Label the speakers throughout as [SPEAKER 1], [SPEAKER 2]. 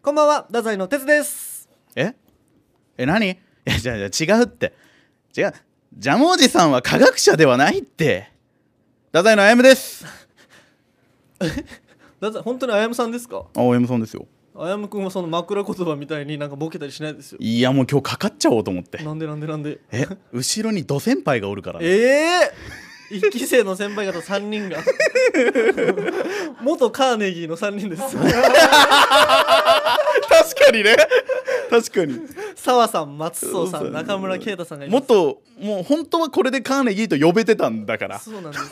[SPEAKER 1] こんばんは太宰の哲です
[SPEAKER 2] ええ何いやじゃあじゃあ違うって違うジャムおじさんは科学者ではないって太宰のあやむです
[SPEAKER 1] 太宰本当にあやむさんですか
[SPEAKER 2] あおやむさんですよ
[SPEAKER 1] あやむくんはその枕言葉みたいになんかボケたりしないですよ
[SPEAKER 2] いやもう今日かかっちゃおうと思って
[SPEAKER 1] なんでなんでなんで
[SPEAKER 2] え後ろにド先輩がおるから、ね、
[SPEAKER 1] ええー、一期生の先輩方3人が 元カーネギーの3人 です
[SPEAKER 2] 確かにね確かに
[SPEAKER 1] 澤さん松尾さん中村啓太さんがい
[SPEAKER 2] も
[SPEAKER 1] ま
[SPEAKER 2] っ
[SPEAKER 1] す
[SPEAKER 2] ともう本当はこれでカーネギーと呼べてたんだから
[SPEAKER 1] そうなんです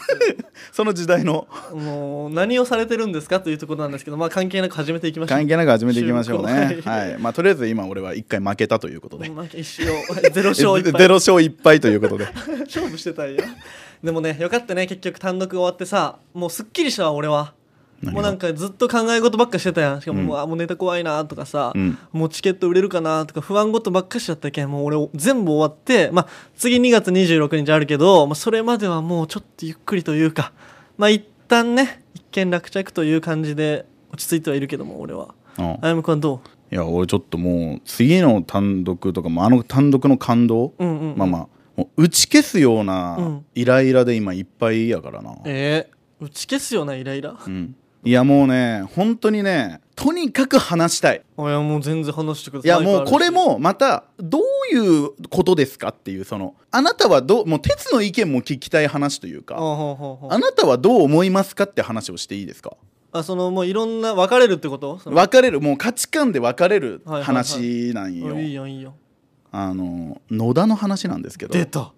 [SPEAKER 2] その時代の
[SPEAKER 1] よもう何をされてるんですかというところなんですけどまあ関係なく始めていきましょう
[SPEAKER 2] 関係なく始めていきましょうね
[SPEAKER 1] 中古
[SPEAKER 2] はいまあとりあえず今俺は1回負けたということで
[SPEAKER 1] もうなんか一生ゼロ勝
[SPEAKER 2] え
[SPEAKER 1] 一
[SPEAKER 2] ゼ
[SPEAKER 1] 敗
[SPEAKER 2] ロ勝1敗ということで
[SPEAKER 1] 勝負してたんやでもねよかったね結局単独終わってさもうすっきりしたわ俺は
[SPEAKER 2] 何が
[SPEAKER 1] もうなんかずっと考え事ばっかしてたやんしかももう,、あもうネタ怖いなとかさ、
[SPEAKER 2] うん
[SPEAKER 1] もうチケット売れるかなとか不安事ばっかしちゃったけんもう俺全部終わって、まあ、次2月26日あるけど、まあ、それまではもうちょっとゆっくりというかまあ一旦ね一見落着という感じで落ち着いてはいるけども俺は
[SPEAKER 2] うん
[SPEAKER 1] あやむくんはど
[SPEAKER 2] いや俺ちょっともう次の単独とかもあの単独の感動、
[SPEAKER 1] ううんうん、うん、
[SPEAKER 2] まあまあもう打ち消すよう
[SPEAKER 1] う
[SPEAKER 2] なんイライラで今いっぱいやからな、
[SPEAKER 1] えー、打ち消すようなイライラ
[SPEAKER 2] うん、いやもうね本当にねとにかく話したい
[SPEAKER 1] いやもう全然話してくださ
[SPEAKER 2] い
[SPEAKER 1] い
[SPEAKER 2] やもうこれ
[SPEAKER 1] マイクあるし
[SPEAKER 2] もまたどういうことですかっていうそのあなたはどうもう鉄の意見も聞きたい話というか
[SPEAKER 1] あほうほうほう
[SPEAKER 2] あなたはどう思いますかって話をしていいですか
[SPEAKER 1] あそのもういろんな分かれるってことその
[SPEAKER 2] 分かれるもう価値観で分かれる
[SPEAKER 1] はいはいはい
[SPEAKER 2] 話なんよ、
[SPEAKER 1] いいよいいよ
[SPEAKER 2] あの野田の話なんですけど
[SPEAKER 1] 出た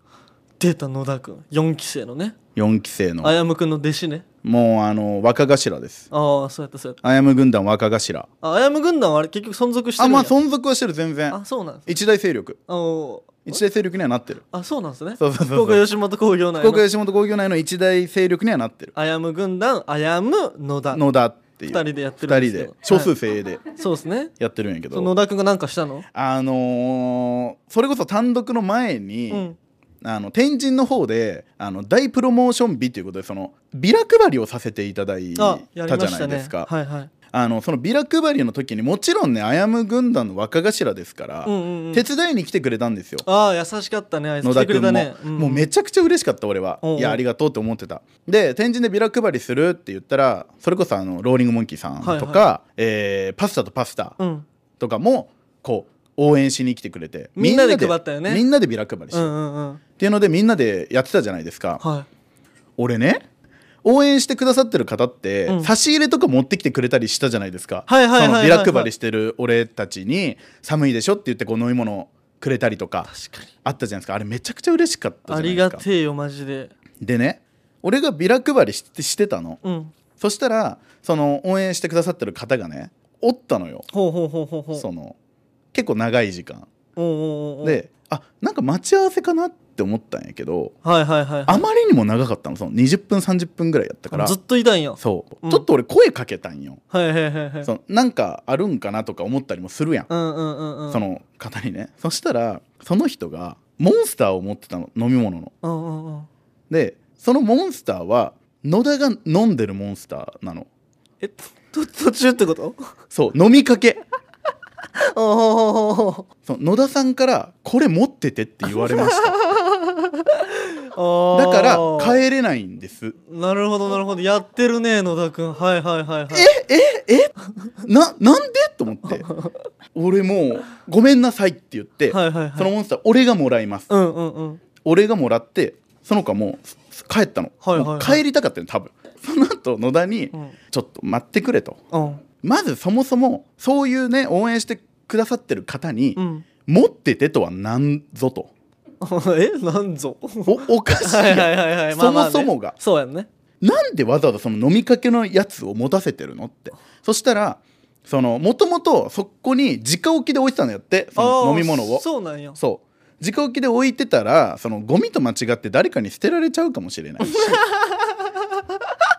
[SPEAKER 1] 出た野田君4期生のね
[SPEAKER 2] 4期生の
[SPEAKER 1] あやむくんの弟子ね
[SPEAKER 2] もうあの若頭です
[SPEAKER 1] ああそうやったそうやっ
[SPEAKER 2] あやむ軍団若頭
[SPEAKER 1] たああやむ軍団はあれ結局存続して
[SPEAKER 2] あ
[SPEAKER 1] るんや
[SPEAKER 2] まあ存続はしてる全然
[SPEAKER 1] あそうなんです
[SPEAKER 2] 一大勢力
[SPEAKER 1] あお
[SPEAKER 2] 一大勢力にはなってる
[SPEAKER 1] あそうなんですね
[SPEAKER 2] そうそうそうそう
[SPEAKER 1] 福岡吉本興業内
[SPEAKER 2] 福岡
[SPEAKER 1] の
[SPEAKER 2] 吉本興業内の一大勢力にはなってる
[SPEAKER 1] あやむ軍団あやむ野田
[SPEAKER 2] 野田って
[SPEAKER 1] 二
[SPEAKER 2] いう
[SPEAKER 1] 人でやってる
[SPEAKER 2] 2
[SPEAKER 1] んですけ
[SPEAKER 2] 人で
[SPEAKER 1] ど
[SPEAKER 2] 少数精鋭で
[SPEAKER 1] はいそうですね
[SPEAKER 2] やってるんやけ
[SPEAKER 1] そ
[SPEAKER 2] ど、
[SPEAKER 1] の野田君が何かしたの
[SPEAKER 2] あのーそれこそ単独の前に、
[SPEAKER 1] うん
[SPEAKER 2] あの天神の方であの大プロモーション日ということでそのビラ配りをさせていただいた
[SPEAKER 1] あ
[SPEAKER 2] じ
[SPEAKER 1] や
[SPEAKER 2] ゃ
[SPEAKER 1] りまし
[SPEAKER 2] な
[SPEAKER 1] た
[SPEAKER 2] いで
[SPEAKER 1] ね
[SPEAKER 2] すか
[SPEAKER 1] はいはい
[SPEAKER 2] あのそのビラ配りの時にもちろんねあやむ軍団の若頭ですから、
[SPEAKER 1] うんうんうん
[SPEAKER 2] 手伝いに来てくれたんですよ
[SPEAKER 1] ああ優しかったねあいつ
[SPEAKER 2] 野
[SPEAKER 1] 来
[SPEAKER 2] 田
[SPEAKER 1] てく
[SPEAKER 2] 君
[SPEAKER 1] れ
[SPEAKER 2] も、
[SPEAKER 1] たねん
[SPEAKER 2] もうめちゃくちゃ嬉しかった俺は
[SPEAKER 1] おうおう
[SPEAKER 2] いやありがとうって思ってたで天神でビラ配りするって言ったらそれこそあのローリングモンキーさんとか、
[SPEAKER 1] はいは
[SPEAKER 2] えーパスタとパスタ
[SPEAKER 1] うん
[SPEAKER 2] とかもこう応援しに来てくれて
[SPEAKER 1] みんなで配ったよね
[SPEAKER 2] みんなでビラ配りして、
[SPEAKER 1] う
[SPEAKER 2] っ
[SPEAKER 1] んうんうん
[SPEAKER 2] ていうのでみんなでやってたじゃないですか
[SPEAKER 1] はい
[SPEAKER 2] 俺ね応援してくださってる方って、
[SPEAKER 1] うん
[SPEAKER 2] 差し入れとか持ってきてくれたりしたじゃないですか、
[SPEAKER 1] はいはいはいはいはい
[SPEAKER 2] そのビラ配りしてる俺たちに寒いでしょって言ってこう飲み物くれたりとか
[SPEAKER 1] 確かに
[SPEAKER 2] あったじゃないですかあれめちゃくちゃ嬉しかったじゃ
[SPEAKER 1] あ
[SPEAKER 2] ない
[SPEAKER 1] り
[SPEAKER 2] です
[SPEAKER 1] が
[SPEAKER 2] か
[SPEAKER 1] てえよマジで
[SPEAKER 2] でね俺がビラ配りしてしてたの
[SPEAKER 1] うん
[SPEAKER 2] そしたらその応援してくださってる方がねおったのよ
[SPEAKER 1] ほうほうほうほうほう
[SPEAKER 2] その結構長い時間
[SPEAKER 1] おうおうおう
[SPEAKER 2] であなんか待ち合わせかなって思ったんやけど
[SPEAKER 1] はいはいはい
[SPEAKER 2] あまりにも長かったのその20分30分ぐらいやったから
[SPEAKER 1] ずっといたんや
[SPEAKER 2] そう、
[SPEAKER 1] うん
[SPEAKER 2] ちょっと俺声かけたんよ
[SPEAKER 1] はいはいはいはい
[SPEAKER 2] そのなんかあるんかなとか思ったりもするやん、
[SPEAKER 1] うんうんうんうん
[SPEAKER 2] その方にねそしたらその人がモンスターを持ってたの飲み物の
[SPEAKER 1] うんうんうん
[SPEAKER 2] でそのモンスターは野田が飲んでるモンスターなの
[SPEAKER 1] えと途中ってこと
[SPEAKER 2] そう飲みかけ
[SPEAKER 1] おうおうおうおう
[SPEAKER 2] そう野田さんから「これ持ってて」って言われました
[SPEAKER 1] おう
[SPEAKER 2] だから
[SPEAKER 1] え
[SPEAKER 2] 帰れないんです
[SPEAKER 1] なるほどなるほどやってるね野田くんはいはいはいはい
[SPEAKER 2] ななんでと思って俺もう「ごめんなさい」って言って、
[SPEAKER 1] はいはいはい
[SPEAKER 2] そのモンスター俺がもらいます、
[SPEAKER 1] うんうんうん
[SPEAKER 2] 俺がもらってその子はもうすす帰ったの、
[SPEAKER 1] はいはいはい
[SPEAKER 2] もう帰りたかったの多分その後野田に、
[SPEAKER 1] うん
[SPEAKER 2] ちょっと待ってくれ」と
[SPEAKER 1] うん
[SPEAKER 2] まずそもそもそういうね応援してくださってる方に「
[SPEAKER 1] うん
[SPEAKER 2] 持っててとはなんぞと
[SPEAKER 1] えなんぞ
[SPEAKER 2] おおかしい
[SPEAKER 1] はいは
[SPEAKER 2] や
[SPEAKER 1] い
[SPEAKER 2] ん
[SPEAKER 1] はいはいま
[SPEAKER 2] そ
[SPEAKER 1] あまあ
[SPEAKER 2] も
[SPEAKER 1] ね
[SPEAKER 2] そもが
[SPEAKER 1] そうやんね
[SPEAKER 2] なんでわざわざその飲みかけのやつを持たせてるのってそしたらそのもともとそこに直置きで置いてたのやってそ
[SPEAKER 1] あー
[SPEAKER 2] の飲み物を
[SPEAKER 1] そうなんや
[SPEAKER 2] そう直置きで置いてたらそのゴミと間違って誰かに捨てられちゃうかもし れないし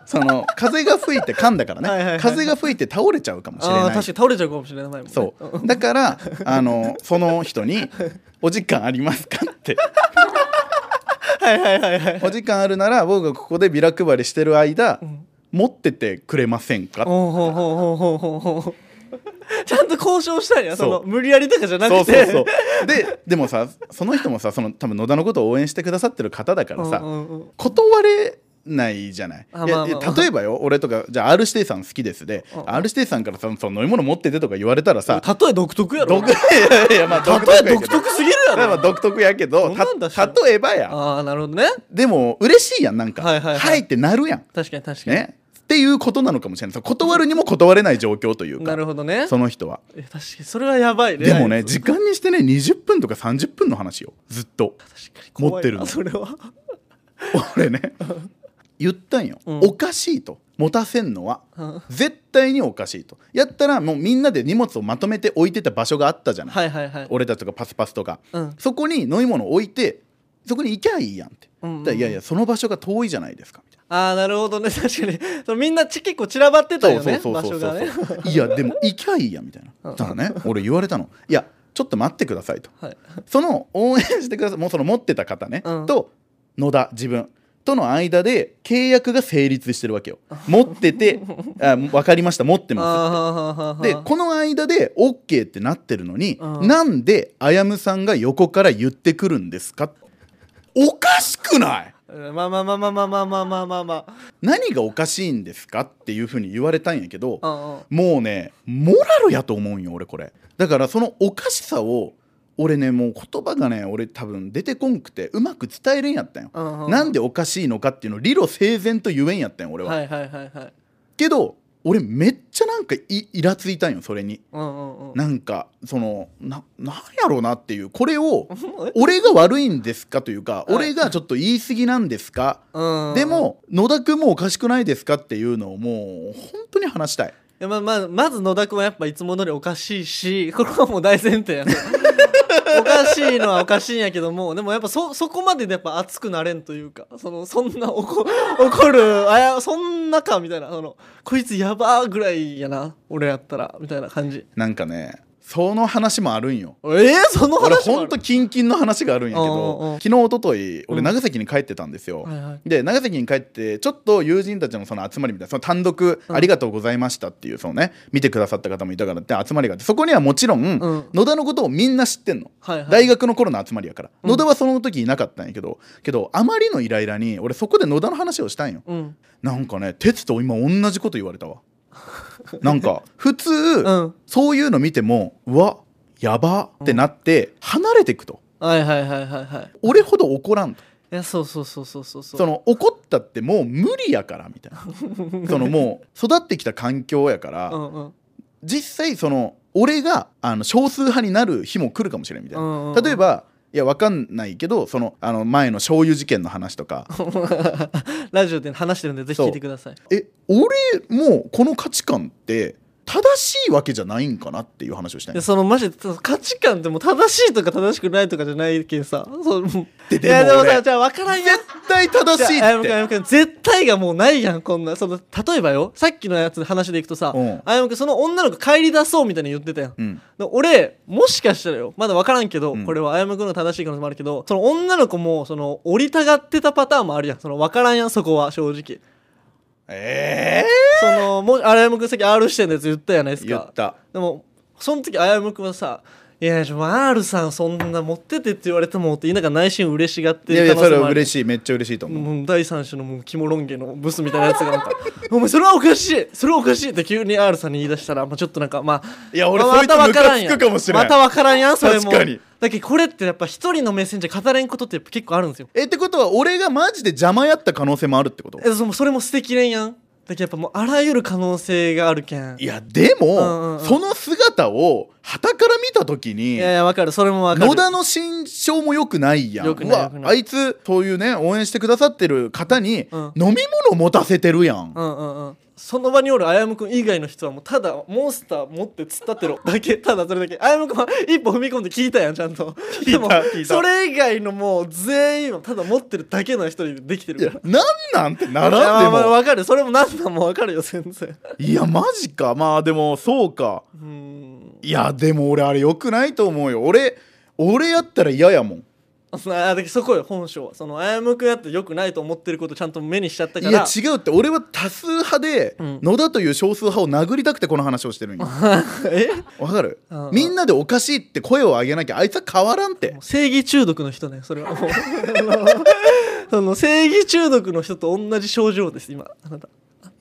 [SPEAKER 2] その風が吹いて噛んだからね
[SPEAKER 1] はいはいはい
[SPEAKER 2] 風が吹いて倒れちゃうかもしれ
[SPEAKER 1] ああー
[SPEAKER 2] ない
[SPEAKER 1] 確かに倒れちゃうかもしれないもんね
[SPEAKER 2] そうだからあのその人に「お時間ありますか?」って
[SPEAKER 1] はいはいはいはい
[SPEAKER 2] お時間あるなら僕がここでビラ配りしてる間、
[SPEAKER 1] ん
[SPEAKER 2] 持っててくれませんか
[SPEAKER 1] ほうほうほうほうほうほうほうちゃんと交渉したんやその
[SPEAKER 2] そう
[SPEAKER 1] 無理やりとかじゃな
[SPEAKER 2] そう
[SPEAKER 1] く
[SPEAKER 2] そう
[SPEAKER 1] て
[SPEAKER 2] そうででもさその人もさその多分野田のことを応援してくださってる方だからさ、
[SPEAKER 1] うんうんうん
[SPEAKER 2] 断れないじゃない
[SPEAKER 1] あ
[SPEAKER 2] い
[SPEAKER 1] ま
[SPEAKER 2] や
[SPEAKER 1] あまあ
[SPEAKER 2] いや例えばよ俺とかじゃあ R 指定さん好きですで
[SPEAKER 1] うん
[SPEAKER 2] R 指定さんからさその飲み物持っててとか言われたらさ
[SPEAKER 1] 例え独特やろ
[SPEAKER 2] 独いやいやいやまあ独特
[SPEAKER 1] 例
[SPEAKER 2] や
[SPEAKER 1] え
[SPEAKER 2] けど
[SPEAKER 1] 独特すぎるや
[SPEAKER 2] まあまあ
[SPEAKER 1] ろ
[SPEAKER 2] 独特やけど
[SPEAKER 1] そんなんだした
[SPEAKER 2] 例えばや
[SPEAKER 1] ああなるほどね
[SPEAKER 2] でも嬉しいやんなんか
[SPEAKER 1] はいはいはい
[SPEAKER 2] ってなるやん
[SPEAKER 1] 確かに確かに、
[SPEAKER 2] ねっていうことなのかもしれないそう断るにも断れない状況という
[SPEAKER 1] な
[SPEAKER 2] か
[SPEAKER 1] るほどね
[SPEAKER 2] その人は
[SPEAKER 1] え確かにそれはやばいね
[SPEAKER 2] でもね時間にしてね20分とか30分の話よずっ と
[SPEAKER 1] 確かに怖いな
[SPEAKER 2] 持ってるの
[SPEAKER 1] それは
[SPEAKER 2] 俺ね言ったんよ、
[SPEAKER 1] うん
[SPEAKER 2] おかしいと持たせんのは
[SPEAKER 1] うん
[SPEAKER 2] 絶対におかしいとやったらもうみんなで荷物をまとめて置いてた場所があったじゃない、
[SPEAKER 1] はいはいはい
[SPEAKER 2] 俺たちとかパスパスとか
[SPEAKER 1] うん
[SPEAKER 2] そこに飲み物置いてそこに行きゃいいやんって、
[SPEAKER 1] うんうんうん
[SPEAKER 2] だからいやいやその場所が遠いじゃないですかみたいな
[SPEAKER 1] ああなるほどね確かにそうみんなち結構散らばってたよね
[SPEAKER 2] そう
[SPEAKER 1] 場
[SPEAKER 2] そうそ
[SPEAKER 1] 所
[SPEAKER 2] うそ
[SPEAKER 1] が
[SPEAKER 2] う
[SPEAKER 1] ね
[SPEAKER 2] いやでも行きゃいいやみたいなだからね俺言われたのいやちょっと待ってくださいと
[SPEAKER 1] はい
[SPEAKER 2] その応援してくださいもうその持ってた方ね、
[SPEAKER 1] うん
[SPEAKER 2] と野田自分との間で契約が成立してるわけよ持っててあ分かりました持ってます
[SPEAKER 1] ああ
[SPEAKER 2] でこの間で OK ってなってるのに、
[SPEAKER 1] うん
[SPEAKER 2] なんであやむさんが横から言ってくるんですかおかしくない
[SPEAKER 1] まあまあまあまあまあまあまあまあまあま
[SPEAKER 2] 何がおかしいんですかっていうふうに言われたんやけど、
[SPEAKER 1] あうんうん
[SPEAKER 2] もうねモラルやと思うんよ俺これだからそのおかしさを俺ねもう言葉がね俺多分出てこんくてうまく伝えれんやったんよ、
[SPEAKER 1] うんうん
[SPEAKER 2] なんでおかしいのかっていうのを理路整然と言えんやったんよ俺は、
[SPEAKER 1] はいはいはいはい
[SPEAKER 2] けど俺めっちゃなんかいイラついたんよそれに
[SPEAKER 1] うんうんうん
[SPEAKER 2] なんかそのななんやろうなっていうこれを
[SPEAKER 1] うん
[SPEAKER 2] 俺が悪いんですかというか
[SPEAKER 1] はい
[SPEAKER 2] 俺がちょっと言い過ぎなんですか
[SPEAKER 1] うん
[SPEAKER 2] でも野田君もおかしくないですかっていうのをもう本当に話したい
[SPEAKER 1] いやまあまあまず野田君はやっぱいつも通りおかしいし これはもう大前提やな おかしいのはおかしいんやけどもでもやっぱそそこまででやっぱ熱くなれんというかそのそんな怒怒るあやそんなかみたいなそのこいつやばーぐらいやな俺やったらみたいな感じ
[SPEAKER 2] なんかねその話もあるんよ
[SPEAKER 1] えー、 その
[SPEAKER 2] 俺
[SPEAKER 1] 話もあ
[SPEAKER 2] ほん
[SPEAKER 1] る
[SPEAKER 2] とキンキンの話があるんやけ
[SPEAKER 1] うんうんう
[SPEAKER 2] ど
[SPEAKER 1] ん
[SPEAKER 2] 昨日一昨日
[SPEAKER 1] う
[SPEAKER 2] 俺
[SPEAKER 1] ん
[SPEAKER 2] 長崎に帰ってたんですよ、
[SPEAKER 1] はいはい
[SPEAKER 2] で長崎に帰ってちょっと友人たちのその集まりみたいなその単独「
[SPEAKER 1] うん
[SPEAKER 2] ありがとうございました」っていうそのね見てくださった方もいたからって集まりがあってそこにはもちろん、
[SPEAKER 1] ん
[SPEAKER 2] 野田のことをみんな知ってんの、
[SPEAKER 1] はいはい
[SPEAKER 2] 大学の頃の集まりやから、
[SPEAKER 1] うん
[SPEAKER 2] 野田はその時いなかったんやけどけどあまりのイライラに俺そこで野田の話をしたんよ
[SPEAKER 1] うん
[SPEAKER 2] なんかね哲と今同じこと言われたわなんか普 通、
[SPEAKER 1] うん
[SPEAKER 2] そういうの見てもうわやばってなって離れていくと、
[SPEAKER 1] はいはいはいはいはい
[SPEAKER 2] 俺ほど怒らんと
[SPEAKER 1] いやそうそうそうそうそうそう
[SPEAKER 2] その怒ったってもう無理やからみたい なそのもう育ってきた環境やから、
[SPEAKER 1] うんうん
[SPEAKER 2] 実際その俺があの少数派になる日も来るかもしれんみたいな、
[SPEAKER 1] うんうんうん
[SPEAKER 2] 例えばいやわかんないけどそのあの前の醤油事件の話とか
[SPEAKER 1] ラジオで話してるんでぜひ聞いてください
[SPEAKER 2] え俺もうこの価値観って正しいわけじゃないんかなっていう話をしたん
[SPEAKER 1] で
[SPEAKER 2] や
[SPEAKER 1] そのマジで価値観ってもう正しいとか正しくないとかじゃないけんさそうもう
[SPEAKER 2] ででも
[SPEAKER 1] いやでも
[SPEAKER 2] 俺
[SPEAKER 1] さじゃあ分からんやん
[SPEAKER 2] 絶対正しい
[SPEAKER 1] じゃああやむ
[SPEAKER 2] っ
[SPEAKER 1] くんあや
[SPEAKER 2] て
[SPEAKER 1] むくん絶対がもうないやんこんなその例えばよさっきのやつの話でいくとさ、
[SPEAKER 2] うん
[SPEAKER 1] あやむくんその女の子帰り出そうみたいに言ってたやん、
[SPEAKER 2] うん
[SPEAKER 1] で俺もしかしたらよまだ分からんけど、
[SPEAKER 2] うん
[SPEAKER 1] これはあやむくんの正しい可能性もあるけどその女の子もその降りたがってたパターンもあるやんその分からんやんそこは正直
[SPEAKER 2] ええ
[SPEAKER 1] そのもあやむくんさっき R 視点のやつ言ったやないですか
[SPEAKER 2] 言った
[SPEAKER 1] でもその時あやむくんはさ「いやちょ R さんそんな持ってて」って言われてもって言いながら内心嬉しがっ
[SPEAKER 2] い
[SPEAKER 1] て
[SPEAKER 2] やいやそれは
[SPEAKER 1] し
[SPEAKER 2] 嬉しいめっちゃ嬉しいと思う、
[SPEAKER 1] もう第三種のもうキモロン毛のブスみたいなやつがなんか「お前それはおかしいそれはおかしい」って急に R さんに言い出したら、まあ、ちょっとなんかまあ
[SPEAKER 2] いや俺
[SPEAKER 1] まあ
[SPEAKER 2] そいつ
[SPEAKER 1] わらん
[SPEAKER 2] ムカつくかもしれん
[SPEAKER 1] また分からんやんそれも
[SPEAKER 2] 確かに
[SPEAKER 1] だけどこれってやっぱ一人の目線じゃ語れんことってやっぱ結構あるんですよ
[SPEAKER 2] えってことは俺がマジで邪魔やった可能性もあるってこと
[SPEAKER 1] えそそれも捨てきれんやんだけどやっぱもうあらゆる可能性があるけん
[SPEAKER 2] いやでも、
[SPEAKER 1] うんうんうん
[SPEAKER 2] その姿を傍から見た時に
[SPEAKER 1] いやいや分かるそれも分かる
[SPEAKER 2] 野田の心象も良くないやん
[SPEAKER 1] 良くないう
[SPEAKER 2] わ
[SPEAKER 1] 良くない
[SPEAKER 2] あいつそういうね応援してくださってる方に
[SPEAKER 1] うん
[SPEAKER 2] 飲み物持たせてるやん、
[SPEAKER 1] うんうんうんその場におるあやむくん以外の人はもうただモンスター持って突っ立ってるだけただそれだけあやむくんは一歩踏み込んで聞いたやんちゃんと
[SPEAKER 2] 聞いた
[SPEAKER 1] でも
[SPEAKER 2] 聞いた
[SPEAKER 1] それ以外のもう全員はただ持ってるだけの一人でできて
[SPEAKER 2] い
[SPEAKER 1] る
[SPEAKER 2] や
[SPEAKER 1] から
[SPEAKER 2] なんなんてな
[SPEAKER 1] あ
[SPEAKER 2] らんで
[SPEAKER 1] まあ
[SPEAKER 2] も
[SPEAKER 1] わかるそれも何なんもわかるよ全然
[SPEAKER 2] いやマジかまあでもそうか
[SPEAKER 1] うーん
[SPEAKER 2] いやでも俺あれ良くないと思うよ俺俺やったら嫌やもん
[SPEAKER 1] あだそこよ本性はそのあやむくんやってよくないと思ってることちゃんと目にしちゃった
[SPEAKER 2] い
[SPEAKER 1] から
[SPEAKER 2] や違うって俺は多数派で
[SPEAKER 1] うん
[SPEAKER 2] 野田という少数派を殴りたくてこの話をしてるんよ
[SPEAKER 1] え
[SPEAKER 2] わかる
[SPEAKER 1] うん
[SPEAKER 2] みんなでおかしいって声を上げなきゃあいつは変わらんって
[SPEAKER 1] もう正義中毒の人ねそれ はもう あのその正義中毒の人と同じ症状です今あなた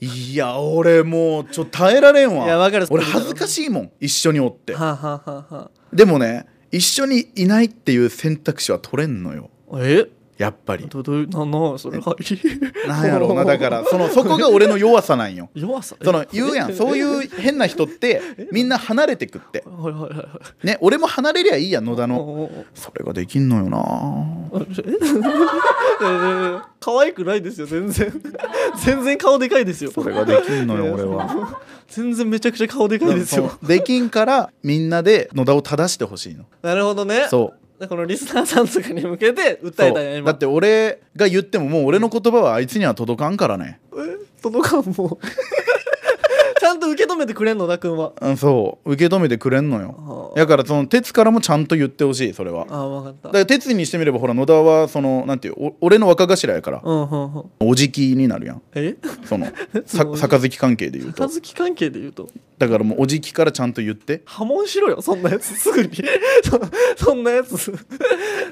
[SPEAKER 2] いや俺もうちょっと耐えられんわ
[SPEAKER 1] いやわかる
[SPEAKER 2] 俺恥ずかしいもん一緒におって
[SPEAKER 1] はあ、はあはあは
[SPEAKER 2] でもね一緒にいないっていう選択肢は取れんのよ
[SPEAKER 1] あ、え
[SPEAKER 2] やっぱり
[SPEAKER 1] どどういうななそれは
[SPEAKER 2] なんやろうなだからそのそこが俺の弱さなんよ
[SPEAKER 1] 弱さ
[SPEAKER 2] その言うやんそう
[SPEAKER 1] う
[SPEAKER 2] いう変な人ってみんな離れてくって
[SPEAKER 1] はいはいはいはい
[SPEAKER 2] ね俺も離れりゃいいや野田の
[SPEAKER 1] おー
[SPEAKER 2] それができんのよな
[SPEAKER 1] ええー可愛くないですよ全然全然顔でかいですよ
[SPEAKER 2] それができんのよ
[SPEAKER 1] いや
[SPEAKER 2] 俺は
[SPEAKER 1] その全然めちゃくちゃ顔でかいですよ
[SPEAKER 2] そのできんからみんなで野田を正してほしい の
[SPEAKER 1] なるほどね
[SPEAKER 2] そう
[SPEAKER 1] このリスナーさんとかに向けて訴
[SPEAKER 2] そ
[SPEAKER 1] えたんや
[SPEAKER 2] う
[SPEAKER 1] 今
[SPEAKER 2] だって俺が言ってももう俺の言葉はあいつには届かんからね
[SPEAKER 1] 届かんもうちゃんと受け止めてくれんのだくんは
[SPEAKER 2] うんそう受け止めてくれんのよ
[SPEAKER 1] あ
[SPEAKER 2] だからその鉄からもちゃんと言ってほしいそれはだか
[SPEAKER 1] あ分かった
[SPEAKER 2] ら鉄にしてみればほら野田はそのなんていうお俺の若頭やから
[SPEAKER 1] うんうんうん
[SPEAKER 2] おじきになるやん
[SPEAKER 1] え
[SPEAKER 2] その
[SPEAKER 1] そ
[SPEAKER 2] さ
[SPEAKER 1] の
[SPEAKER 2] 杯関係で言うと
[SPEAKER 1] 片付き関係で言うと
[SPEAKER 2] だからもうおじきからちゃんと言って
[SPEAKER 1] 破門しろよそんなやつすぐにそそんなや つ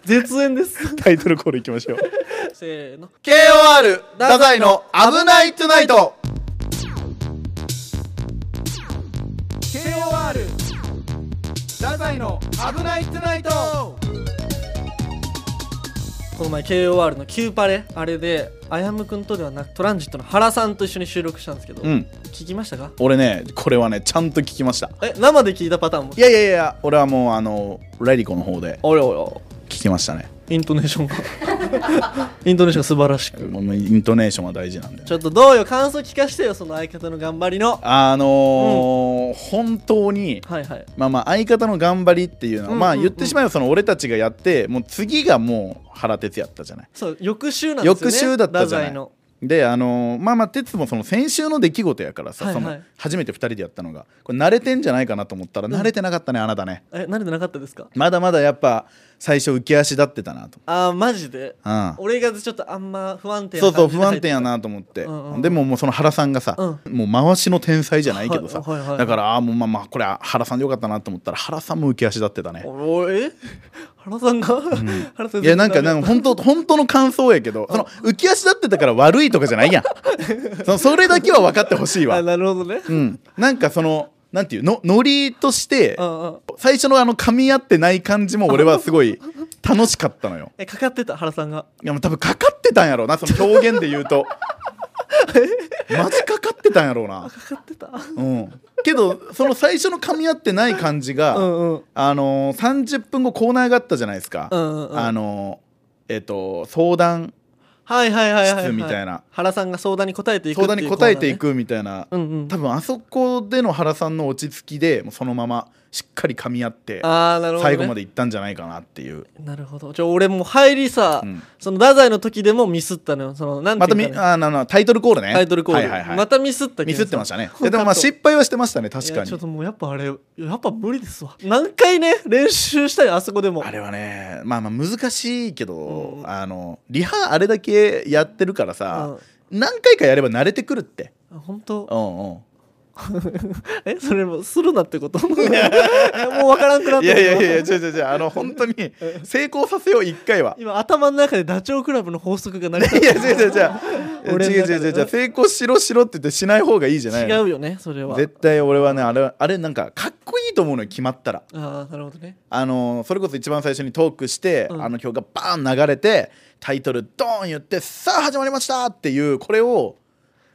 [SPEAKER 1] 絶縁です
[SPEAKER 2] タイトルコールいきましょう
[SPEAKER 1] せーの
[SPEAKER 2] KOR 太宰の「危ないトゥナイト」
[SPEAKER 1] KOR
[SPEAKER 2] 太宰の「危ないトゥナイト
[SPEAKER 1] この前 KOR のキューパレあれであやむくんとではなくトランジットの原さんと一緒に収録したんですけど、」
[SPEAKER 2] うん
[SPEAKER 1] 聞きましたか
[SPEAKER 2] 俺ねこれはねちゃんと聞きました
[SPEAKER 1] え生で聞いたパターンも
[SPEAKER 2] いやいやいや俺はもうあのレディコの方で
[SPEAKER 1] おやお
[SPEAKER 2] 聞きましたね
[SPEAKER 1] やイントネーシ ョンが イントネーションが素晴らしく
[SPEAKER 2] もうイントネーションは大事なんで
[SPEAKER 1] ちょっとどうよ感想聞かしてよその相方の頑張りの
[SPEAKER 2] あのー本当に
[SPEAKER 1] はいはい
[SPEAKER 2] まあまあ相方の頑張りっていう
[SPEAKER 1] う
[SPEAKER 2] のは、
[SPEAKER 1] んうんうん
[SPEAKER 2] まあ言ってしまえばその俺たちがやってもう次がもう原哲也だったじゃない
[SPEAKER 1] そう翌週なんですよね
[SPEAKER 2] 翌週だったじゃない
[SPEAKER 1] 太宰の
[SPEAKER 2] であのーまあまあ哲もその先週の出来事やからさ、
[SPEAKER 1] はいはい
[SPEAKER 2] その初めて2人でやったのがこれ慣れてんじゃないかなと思ったら
[SPEAKER 1] ん
[SPEAKER 2] 慣れてなかったね、あなたね
[SPEAKER 1] え慣れてなかったですか
[SPEAKER 2] まだまだやっぱ最初浮き足立ってたなと、
[SPEAKER 1] あーマジで
[SPEAKER 2] うん、
[SPEAKER 1] 俺がちょっとあんま不安定な
[SPEAKER 2] そうそう
[SPEAKER 1] 感じで
[SPEAKER 2] 不
[SPEAKER 1] 入
[SPEAKER 2] 安
[SPEAKER 1] って
[SPEAKER 2] 定やなと思って、
[SPEAKER 1] うんうん
[SPEAKER 2] でももうその原さんがさ、
[SPEAKER 1] う
[SPEAKER 2] もう回しの天才じゃないけどさ、
[SPEAKER 1] はいはいはい
[SPEAKER 2] だからああもうまあまあこれは原さんでよかったなと思ったら原さんも浮き足立ってたね
[SPEAKER 1] おおえ原さんが、原さん
[SPEAKER 2] いやなんかなん
[SPEAKER 1] か
[SPEAKER 2] か本当本当の感想やけどその浮き足立ってたから悪いとかじ ゃないやんそのそれだけは分かってほしい
[SPEAKER 1] あ
[SPEAKER 2] わ、
[SPEAKER 1] なるほどね
[SPEAKER 2] うん、なんかそのなんていうのノリとして
[SPEAKER 1] うんうん
[SPEAKER 2] 最初のあの噛み合ってない感じも俺はすごい楽しかったのよ
[SPEAKER 1] えかかってた原さんが
[SPEAKER 2] いやもう多分かかってたんやろうなその表現で言うとマジかかってたんやろう
[SPEAKER 1] か
[SPEAKER 2] な
[SPEAKER 1] かってた
[SPEAKER 2] うん、けどその最初の噛み合ってない感じが、
[SPEAKER 1] うんうん
[SPEAKER 2] あのー、30分後コーナーがあったじゃないですか、
[SPEAKER 1] うんうんうん
[SPEAKER 2] あのーえっ、と相談
[SPEAKER 1] はいはいはいはい、は
[SPEAKER 2] 質みたいな
[SPEAKER 1] 原さんが相談に答えていく
[SPEAKER 2] 相談に答えてい
[SPEAKER 1] く
[SPEAKER 2] くみたいな、
[SPEAKER 1] うんうん
[SPEAKER 2] 多分あそこでの原さんの落ち着きでもうそのまましっかり噛み合って、
[SPEAKER 1] ああなるほど、ね、
[SPEAKER 2] 最後までいったんじゃないかなっていう、
[SPEAKER 1] なるほどじゃあ俺もう入りさ、
[SPEAKER 2] うん
[SPEAKER 1] その太宰の時でもミスったのよそのなんて
[SPEAKER 2] ま
[SPEAKER 1] いうか、ね
[SPEAKER 2] たみ、あななタイトルコールね
[SPEAKER 1] タイトルコール、
[SPEAKER 2] はいはいはい
[SPEAKER 1] またミスった
[SPEAKER 2] ミスってましたたねいやでもまあ失敗はしてましたね確か
[SPEAKER 1] ちょっ
[SPEAKER 2] に
[SPEAKER 1] ともうやっぱあれやっぱ無理ですわ何回ね練習したよあそこでも
[SPEAKER 2] あれはねまあまあ難しいけど、
[SPEAKER 1] うん
[SPEAKER 2] あのリハあれだけやってるからさ、
[SPEAKER 1] う
[SPEAKER 2] 何回かやれば慣れてくるって
[SPEAKER 1] ん、本当
[SPEAKER 2] うんうん
[SPEAKER 1] えそれもするなってこと いやもうわからんくなっ
[SPEAKER 2] い
[SPEAKER 1] て
[SPEAKER 2] やいやいや違う違う違うあの本当に成功させよう一 回は
[SPEAKER 1] 今頭の中でダチョウ倶楽部の法則が成り立
[SPEAKER 2] いや違う違う違う
[SPEAKER 1] 俺の中で
[SPEAKER 2] 違う違う違う違う成功しろしろって言ってしない方がいいじゃない
[SPEAKER 1] 違うよねそれは
[SPEAKER 2] 絶対俺はねあれあれなんかかっこいいと思うのよ決まったら
[SPEAKER 1] ああなるほどね
[SPEAKER 2] あのそれこそ一番最初にトークして、
[SPEAKER 1] うん
[SPEAKER 2] あの曲がバーン流れてタイトルドーン言ってさあ始まりましたっていうこれを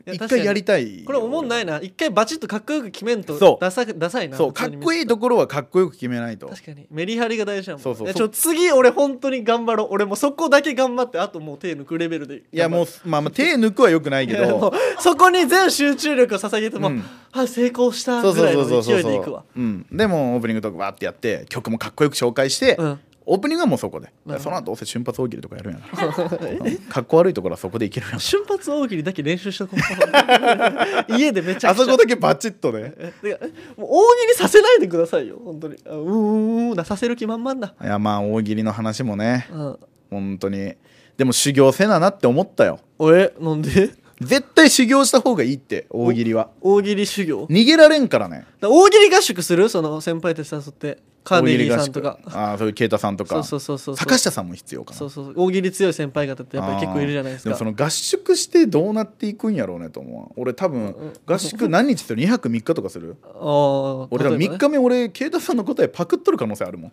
[SPEAKER 1] いや
[SPEAKER 2] 一
[SPEAKER 1] 確か
[SPEAKER 2] 回
[SPEAKER 1] に
[SPEAKER 2] やりたい
[SPEAKER 1] これ思んないいな一回バチッとかっこよく決めんと
[SPEAKER 2] そう
[SPEAKER 1] ダサくダサいな
[SPEAKER 2] そうかっこいいと
[SPEAKER 1] こ
[SPEAKER 2] ころはかっこよく決めないと
[SPEAKER 1] 確かにメリハリが大事だもん
[SPEAKER 2] そうそう
[SPEAKER 1] いやちょ次俺本当に頑張ろう俺もうそこだけ頑張ってあともう手抜くレベルで
[SPEAKER 2] いやもうまあまあ手抜くはよくないけ
[SPEAKER 1] いや も
[SPEAKER 2] ど
[SPEAKER 1] うそこに全集中力を捧げても、
[SPEAKER 2] うん
[SPEAKER 1] あ成功した
[SPEAKER 2] そう
[SPEAKER 1] ぐ
[SPEAKER 2] そ
[SPEAKER 1] ら
[SPEAKER 2] う
[SPEAKER 1] い
[SPEAKER 2] そうそ
[SPEAKER 1] の
[SPEAKER 2] うそ
[SPEAKER 1] 勢
[SPEAKER 2] う
[SPEAKER 1] いでいくわ
[SPEAKER 2] うん、でもうオープニングとかバーってやって曲もかっこよく紹介して、
[SPEAKER 1] うん
[SPEAKER 2] オープニングはもうそこで
[SPEAKER 1] なるほど
[SPEAKER 2] その後どうせ瞬発大喜利とか やるんやな、うんかっこ悪いところはそこでいけるやん
[SPEAKER 1] 瞬発大喜利だけ練習しとこう 家でめちゃ
[SPEAKER 2] あ
[SPEAKER 1] くちゃ
[SPEAKER 2] そこだけバチッとね
[SPEAKER 1] えてかもう大喜利させないでくださいよ本当にあうーんうーんうーんなさせる気満々だ
[SPEAKER 2] いやまあ大喜利の話もね
[SPEAKER 1] うん
[SPEAKER 2] 本当にでも修行せななって思ったよ
[SPEAKER 1] えなんで
[SPEAKER 2] 絶対修行した方がいいって大喜利は
[SPEAKER 1] 大喜利修行
[SPEAKER 2] 逃げられんからね
[SPEAKER 1] だ大喜利合宿するその先輩たち誘ってカーネギーさんとか
[SPEAKER 2] 大喜利合宿ああそういう啓太さんと
[SPEAKER 1] そう
[SPEAKER 2] か
[SPEAKER 1] そうそうそう
[SPEAKER 2] 坂下さんも必要かな
[SPEAKER 1] そうそう大喜利強い先輩方ってやっぱり結構いるじゃないですか
[SPEAKER 2] あーもその合宿してどうなっていくんやろうねと思う俺多
[SPEAKER 1] うん
[SPEAKER 2] 分合宿何日する2泊3日とかする
[SPEAKER 1] あー
[SPEAKER 2] 俺多分
[SPEAKER 1] 例えばね
[SPEAKER 2] 3日目俺啓太さんの答えパクっとる可能性 あるもん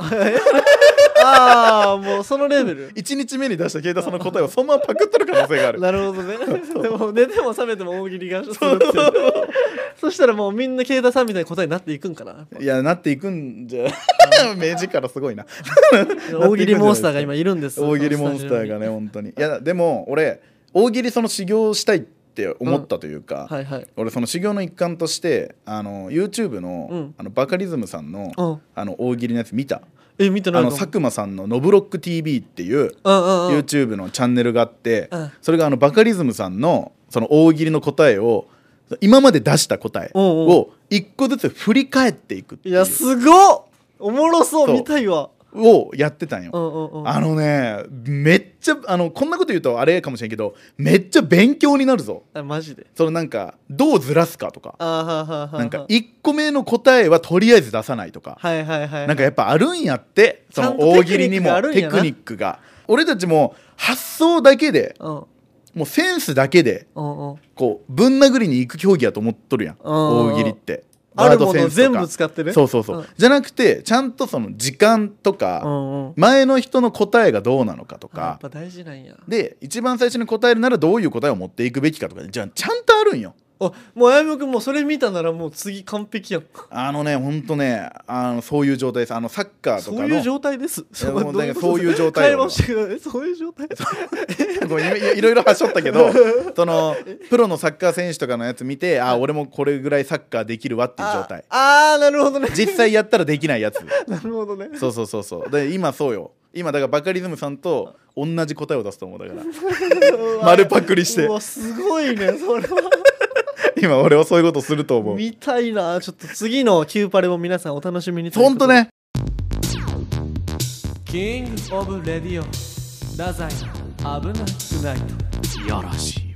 [SPEAKER 1] ああもうそのレベル
[SPEAKER 2] 1日目に出した啓太さんの答えをそのままパクっとる可能性が ある
[SPEAKER 1] なるほどね でも寝ても覚めても大喜利がするっていうそしたらもうみんな慶太さんみたいな答えになっていくんかない
[SPEAKER 2] や なっていくんじゃ 目力すごいな
[SPEAKER 1] 大喜利モンスターが今いるんです
[SPEAKER 2] 大喜利モンスターがね本当にいやでも俺大喜利その修行したいって思ったというか、
[SPEAKER 1] はいはい
[SPEAKER 2] 俺その修行の一環としてあの YouTube の,、
[SPEAKER 1] うん
[SPEAKER 2] あのバカリズムさんの,、
[SPEAKER 1] うん
[SPEAKER 2] あの大喜利のやつ見た
[SPEAKER 1] え見てな
[SPEAKER 2] あ
[SPEAKER 1] いか
[SPEAKER 2] の
[SPEAKER 1] も
[SPEAKER 2] 佐久間さんの「ノブロック TV」っていう
[SPEAKER 1] うんうんうん
[SPEAKER 2] YouTube のチャンネルがあって、
[SPEAKER 1] うん
[SPEAKER 2] それがあのバカリズムさんのその大喜利の答えを今まで出した答え
[SPEAKER 1] おうお
[SPEAKER 2] を一個ずつ振り返っていくって
[SPEAKER 1] い
[SPEAKER 2] いう
[SPEAKER 1] やすごっおもろそう
[SPEAKER 2] そう
[SPEAKER 1] 見たいわ
[SPEAKER 2] をやってたんよ
[SPEAKER 1] う。んうんうん
[SPEAKER 2] あのねめっちゃあのこんなこと言うとあれかもしれんけどめっちゃ勉強になるぞ
[SPEAKER 1] あマジで
[SPEAKER 2] そのなんかどうずらすかとか
[SPEAKER 1] あーはーはーはーはー
[SPEAKER 2] なんか1個目の答えはとりあえず出さないとか
[SPEAKER 1] はいはいはい
[SPEAKER 2] なんかやっぱあるんやってその
[SPEAKER 1] ちゃんと
[SPEAKER 2] 大喜利にも
[SPEAKER 1] テ
[SPEAKER 2] テ
[SPEAKER 1] ク
[SPEAKER 2] ク
[SPEAKER 1] ニ
[SPEAKER 2] ニックが俺たちも発想だけで
[SPEAKER 1] うんうん
[SPEAKER 2] もうセンスだけで
[SPEAKER 1] うんうん
[SPEAKER 2] こうぶん殴りに行く競技やと思っとるやん
[SPEAKER 1] うん
[SPEAKER 2] 大喜利って
[SPEAKER 1] あるも
[SPEAKER 2] ワー
[SPEAKER 1] のを
[SPEAKER 2] ドセンスと
[SPEAKER 1] 全
[SPEAKER 2] か
[SPEAKER 1] 部使ってね
[SPEAKER 2] そうそうそう、
[SPEAKER 1] ん
[SPEAKER 2] じゃなくてちゃんとその時間と
[SPEAKER 1] う
[SPEAKER 2] か、
[SPEAKER 1] んうん
[SPEAKER 2] 前の人の答えがどうなのかと
[SPEAKER 1] あや
[SPEAKER 2] か
[SPEAKER 1] っぱ大事なんや
[SPEAKER 2] で一番最初に答えるならどういう答えを持っていくべきかとかじゃあちゃんとあるんよ
[SPEAKER 1] あもうあやむくんもうそれ見たならもう次完璧やん
[SPEAKER 2] あのねほんとねあのそういう状態ですあのサッカーと
[SPEAKER 1] そ
[SPEAKER 2] かの
[SPEAKER 1] ういう状態です
[SPEAKER 2] やも
[SPEAKER 1] ど
[SPEAKER 2] うなんか
[SPEAKER 1] こと
[SPEAKER 2] そういう状態
[SPEAKER 1] 会話をしてくださいそういう状 態
[SPEAKER 2] ごめんいいろいろはしょったけど そのプロのサッカー選手とかのやつ見てあ俺もこれぐらいサッカーできるわっていう状態
[SPEAKER 1] ああーなるほどね
[SPEAKER 2] 実際やったらできないやつ
[SPEAKER 1] なるほどね
[SPEAKER 2] そうそうそうそうで今そうよ今だからバカリズムさんと同じ答えを出すと思うだから 丸パクリして
[SPEAKER 1] うわすごいねそれ は
[SPEAKER 2] 今俺はそういうことすると思う
[SPEAKER 1] 見たいなちょっと次のキューパレも皆さんお楽しみに
[SPEAKER 2] ほんとね
[SPEAKER 1] キングオブレディオ太宰危なくない
[SPEAKER 2] いやらしい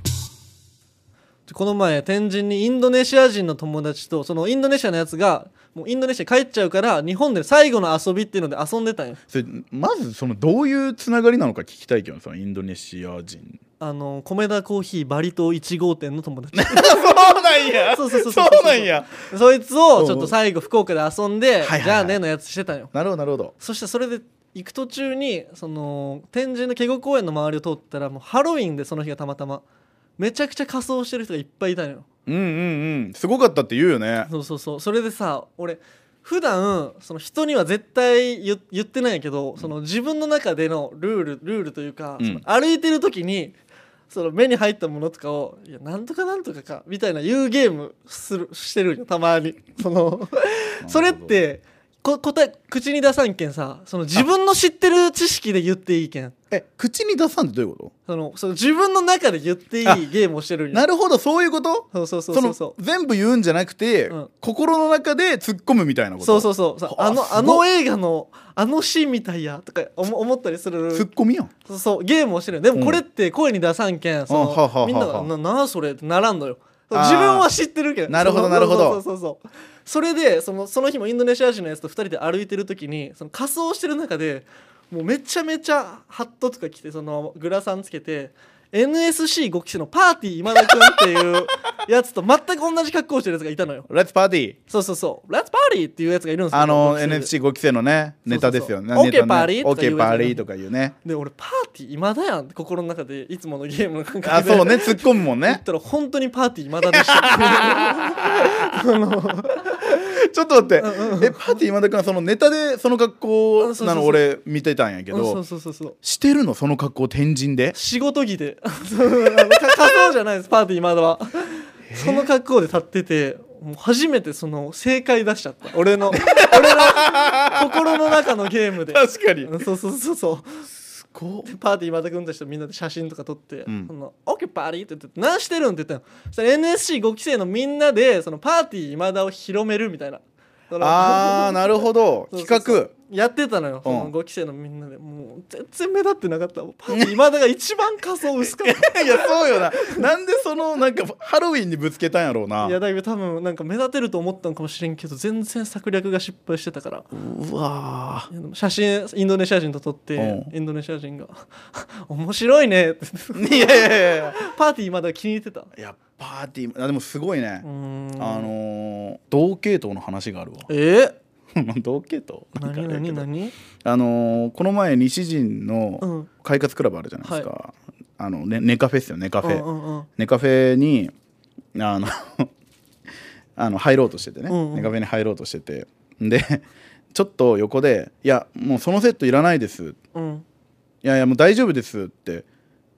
[SPEAKER 1] この前天神にインドネシア人の友達とそのインドネシアのやつがもうインドネシア帰っちゃうから日本で最後の遊びっていうので遊んでたんよ
[SPEAKER 2] それまずそのどういうつながりなのか聞きたいけどそのインドネシア人
[SPEAKER 1] あの米田コーヒーバリ島1号店の友達
[SPEAKER 2] そうなんや
[SPEAKER 1] そうそうそうそうそう
[SPEAKER 2] なんや
[SPEAKER 1] そいつをちょっと最後福岡で遊んで
[SPEAKER 2] はいはい
[SPEAKER 1] じゃあねのやつしてたんよ
[SPEAKER 2] なるほどなるほど
[SPEAKER 1] そしてそれで行く途中にその天神のケゴ公園の周りを通ったらもうハロウィンでその日がたまたまめちゃくちゃ仮装してる人がいっぱいいたのよ
[SPEAKER 2] うんうんうんすごかったって言うよね
[SPEAKER 1] そうそうそうそれでさ俺普段その人には絶対言言ってないんやけどその自分の中でのルールルールというか、
[SPEAKER 2] うん
[SPEAKER 1] その歩いてる時にその目に入ったものとかを「いやなんとかなんとかか」みたいな言うゲームするしてるんよたまにその それってこ答え口に出さんけんさその自分の知ってる知識で言っていいけん
[SPEAKER 2] え口に出さんってどういうこ
[SPEAKER 1] そのその自分の中で言っていい
[SPEAKER 2] あ
[SPEAKER 1] ゲームをしてる
[SPEAKER 2] と
[SPEAKER 1] んよ
[SPEAKER 2] なるほどそういうこと
[SPEAKER 1] そうそうそうそうそう
[SPEAKER 2] の全部言うんじゃなくて、
[SPEAKER 1] うん
[SPEAKER 2] 心の中で突っ込むみたいなこと
[SPEAKER 1] そうそうそうそう
[SPEAKER 2] はあ
[SPEAKER 1] あの
[SPEAKER 2] すごっ
[SPEAKER 1] あの映画のあのシーンみたいやとか思思ったりする
[SPEAKER 2] 突っ込みやん
[SPEAKER 1] そうそうゲームをしてるで
[SPEAKER 2] う
[SPEAKER 1] も
[SPEAKER 2] ん
[SPEAKER 1] これって声に出さんけんその
[SPEAKER 2] あはあはあはあ
[SPEAKER 1] みんなが「ななあそれ」ってならんのよ
[SPEAKER 2] あー
[SPEAKER 1] 自分は知ってるけど
[SPEAKER 2] なるほど
[SPEAKER 1] そう
[SPEAKER 2] なるほど
[SPEAKER 1] そうそうそうそうそれでそのその日もインドネシア人のやつと2人で歩いてる時にその仮装してる中でもうめちゃめちゃハットとか着てそのグラサンつけて NSC5 期生のパーティー今田君っていうやつと全く同じ格好をしてるやつがいたのよ
[SPEAKER 2] 「レッツパーティー
[SPEAKER 1] そうそうそう「Let's Party!」っていうやつがいるんですよ
[SPEAKER 2] あの
[SPEAKER 1] 僕一人で
[SPEAKER 2] NFC5 期生のね
[SPEAKER 1] そうそうそう
[SPEAKER 2] ネタですよね
[SPEAKER 1] OK
[SPEAKER 2] ネタね
[SPEAKER 1] パーリーと
[SPEAKER 2] オ
[SPEAKER 1] か
[SPEAKER 2] ッ
[SPEAKER 1] 言うや
[SPEAKER 2] ケー
[SPEAKER 1] つ
[SPEAKER 2] パーリーとか言うね
[SPEAKER 1] で俺パーティー今だやんって心の中でいつものゲームの感
[SPEAKER 2] あ
[SPEAKER 1] 覚で
[SPEAKER 2] そうね突っ込むもん
[SPEAKER 1] 言っ
[SPEAKER 2] ね
[SPEAKER 1] たら本当にパーティー今だでした
[SPEAKER 2] ちょっと待ってえパーティー今田君はそのネタでその格好
[SPEAKER 1] あそうそう
[SPEAKER 2] な
[SPEAKER 1] そう
[SPEAKER 2] の俺見てたんやけ
[SPEAKER 1] そう
[SPEAKER 2] ど
[SPEAKER 1] そうそうそう
[SPEAKER 2] してるのその格好天 神で
[SPEAKER 1] 仕事着でそうあのか仮装じゃないですパーティー今だはその格好で立っててもう初めてその正解出しちゃった俺の俺の心の中のゲームで
[SPEAKER 2] 確かに
[SPEAKER 1] うんそうそうそうそう
[SPEAKER 2] すごっ
[SPEAKER 1] でパーティー今田君たちとみんなで写真とか撮って「
[SPEAKER 2] ん
[SPEAKER 1] そのオッケーパーリー」って言って「何してるん?」って言ったのそしたら NSC5 期生のみんなでそのパーティー今田を広めるみたいなその
[SPEAKER 2] あーなるほど
[SPEAKER 1] そう
[SPEAKER 2] 企
[SPEAKER 1] そうそう
[SPEAKER 2] 画
[SPEAKER 1] やってたのよ、その5期生のみんなでもう全然目立ってなかったもうパーティー今田が一番仮装薄かっ
[SPEAKER 2] いやそうよななんでそのなんかハロウィンにぶつけたんやろう
[SPEAKER 1] た
[SPEAKER 2] ない
[SPEAKER 1] やだいぶ多分なんか目立てると思ったのかもしれんけど全然策略が失敗してたから
[SPEAKER 2] うわ
[SPEAKER 1] いやでも写真インドネシア人と撮って
[SPEAKER 2] う
[SPEAKER 1] インドネシア人が 「面白いね」って
[SPEAKER 2] ーいやいやいや
[SPEAKER 1] パーティー今田が気に入ってたう
[SPEAKER 2] いやパーティーあでもすごいね、
[SPEAKER 1] ーん
[SPEAKER 2] あのー同系統の話があるわ
[SPEAKER 1] え
[SPEAKER 2] 同系統なんかあ
[SPEAKER 1] 何
[SPEAKER 2] れやけ
[SPEAKER 1] 何
[SPEAKER 2] ど
[SPEAKER 1] 何
[SPEAKER 2] あのーこの前西陣の
[SPEAKER 1] うん
[SPEAKER 2] 快活クラブあるじゃないですか、あのね、ネカフェっすよネカフェ、
[SPEAKER 1] うんうんうん
[SPEAKER 2] ネカフェにあの あの入ろうとしててね、
[SPEAKER 1] うんうん
[SPEAKER 2] ネカフェに入ろうとしててでちょっと横で「いやもうそのセットいらないです」
[SPEAKER 1] うん
[SPEAKER 2] いやいやもう大丈夫ですって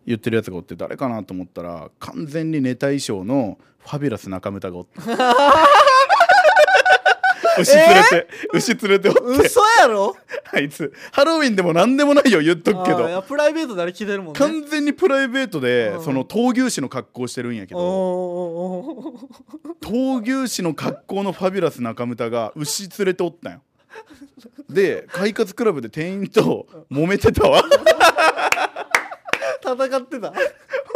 [SPEAKER 2] 言ってるやつがおって誰かなと思ったら完全にネタ衣装のファビュラス中村がおって 牛連れて、牛連れておって
[SPEAKER 1] 嘘やろ
[SPEAKER 2] あいつハロウィンでも何でもないよ言っとくけ
[SPEAKER 1] あーい
[SPEAKER 2] ど
[SPEAKER 1] やプライベートであれ聞いてるもんね
[SPEAKER 2] 完全にプライベートで
[SPEAKER 1] うん
[SPEAKER 2] その闘牛士の格好してるんやけど
[SPEAKER 1] おーおーおー
[SPEAKER 2] 闘牛士の格好のファビュラス中村が牛連れておったんよで快活クラブで店員と揉めてたわ
[SPEAKER 1] 戦ってた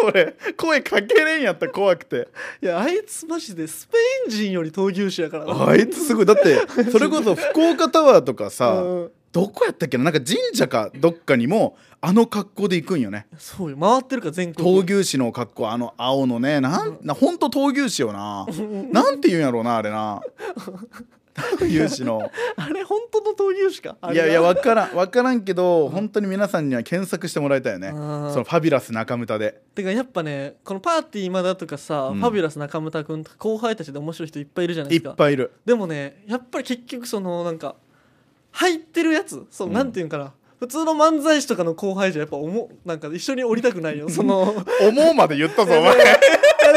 [SPEAKER 2] 俺声かけれんやった怖くて
[SPEAKER 1] いやあいつマジでスペイン人より闘牛士やからな
[SPEAKER 2] あいつすごいだってそれこそ福岡タワーとかさ、
[SPEAKER 1] うん
[SPEAKER 2] どこやったっけななんか神社かどっかにもあの格好で行くんよね
[SPEAKER 1] そうよ回ってるから全国
[SPEAKER 2] 闘牛士の格好あの青のねなんなほんと闘牛士よ ななんて言うんやろうなあれな闘牛士 の
[SPEAKER 1] あれ本当の闘牛士かあ
[SPEAKER 2] い
[SPEAKER 1] れな
[SPEAKER 2] やいや分からん分からんけど本当に皆さんには検索してもらいたいよねそ
[SPEAKER 1] うん
[SPEAKER 2] のファビュラス中村で
[SPEAKER 1] てかやっぱねこのパーティー今だとかさ、
[SPEAKER 2] うん
[SPEAKER 1] ファビュラス中村君とか後輩たちで面白い人いっぱいいるじゃない
[SPEAKER 2] い
[SPEAKER 1] で
[SPEAKER 2] っ
[SPEAKER 1] すか
[SPEAKER 2] ぱいいる
[SPEAKER 1] でもねやっぱり結局そのなんか入ってるやつそう、
[SPEAKER 2] うん
[SPEAKER 1] なんていうんかな普通の漫才師とかの後輩じゃやっぱおもなんか一緒に降りたくないよその
[SPEAKER 2] 思うまで言ったぞお前
[SPEAKER 1] いや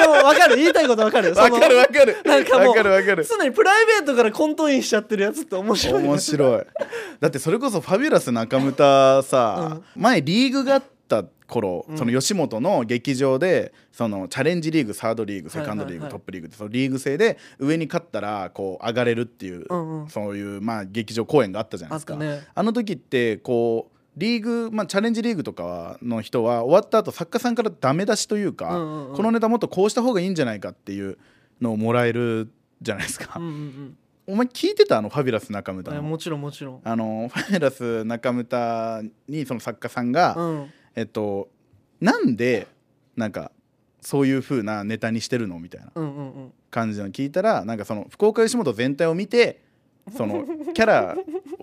[SPEAKER 1] でも分かる言いたいこと分かるよ その
[SPEAKER 2] 分かる分かる
[SPEAKER 1] なんかもう
[SPEAKER 2] 分かる分かる
[SPEAKER 1] 常にプライベートからコントインしちゃってるやつって面白いよね
[SPEAKER 2] 面白いだってそれこそファビュラス中村さ、前リーグがあった頃、
[SPEAKER 1] うん
[SPEAKER 2] その吉本の劇場でそのチャレンジリーグサードリーグセカンド
[SPEAKER 1] はい
[SPEAKER 2] リーグ、
[SPEAKER 1] はいはい
[SPEAKER 2] トップリーグってそのリーグ制で上に勝ったらこう上がれるっていう、
[SPEAKER 1] うんうん
[SPEAKER 2] そういうまあ劇場公演があったじゃないですか。
[SPEAKER 1] あ
[SPEAKER 2] あ,、
[SPEAKER 1] ったね
[SPEAKER 2] の時ってこうリーグ、まあ、チャレンジリーグとかの人は終わった後作家さんからダメ出しというか、
[SPEAKER 1] うんうんうん
[SPEAKER 2] このネタもっとこうした方がいいんじゃないかっていうのをもらえるじゃないですか。
[SPEAKER 1] うんうん
[SPEAKER 2] お前聞いてたあのファビュラス中村
[SPEAKER 1] うん、
[SPEAKER 2] の
[SPEAKER 1] えもちろんもちろん、
[SPEAKER 2] あの ファイラス中村にその作家さんが、
[SPEAKER 1] うん、
[SPEAKER 2] えっとなんでなんかそういう風なネタにしてるのみたいな
[SPEAKER 1] うんうんうん
[SPEAKER 2] 感じの聞いたらなんかその福岡吉本全体を見て そのキャラ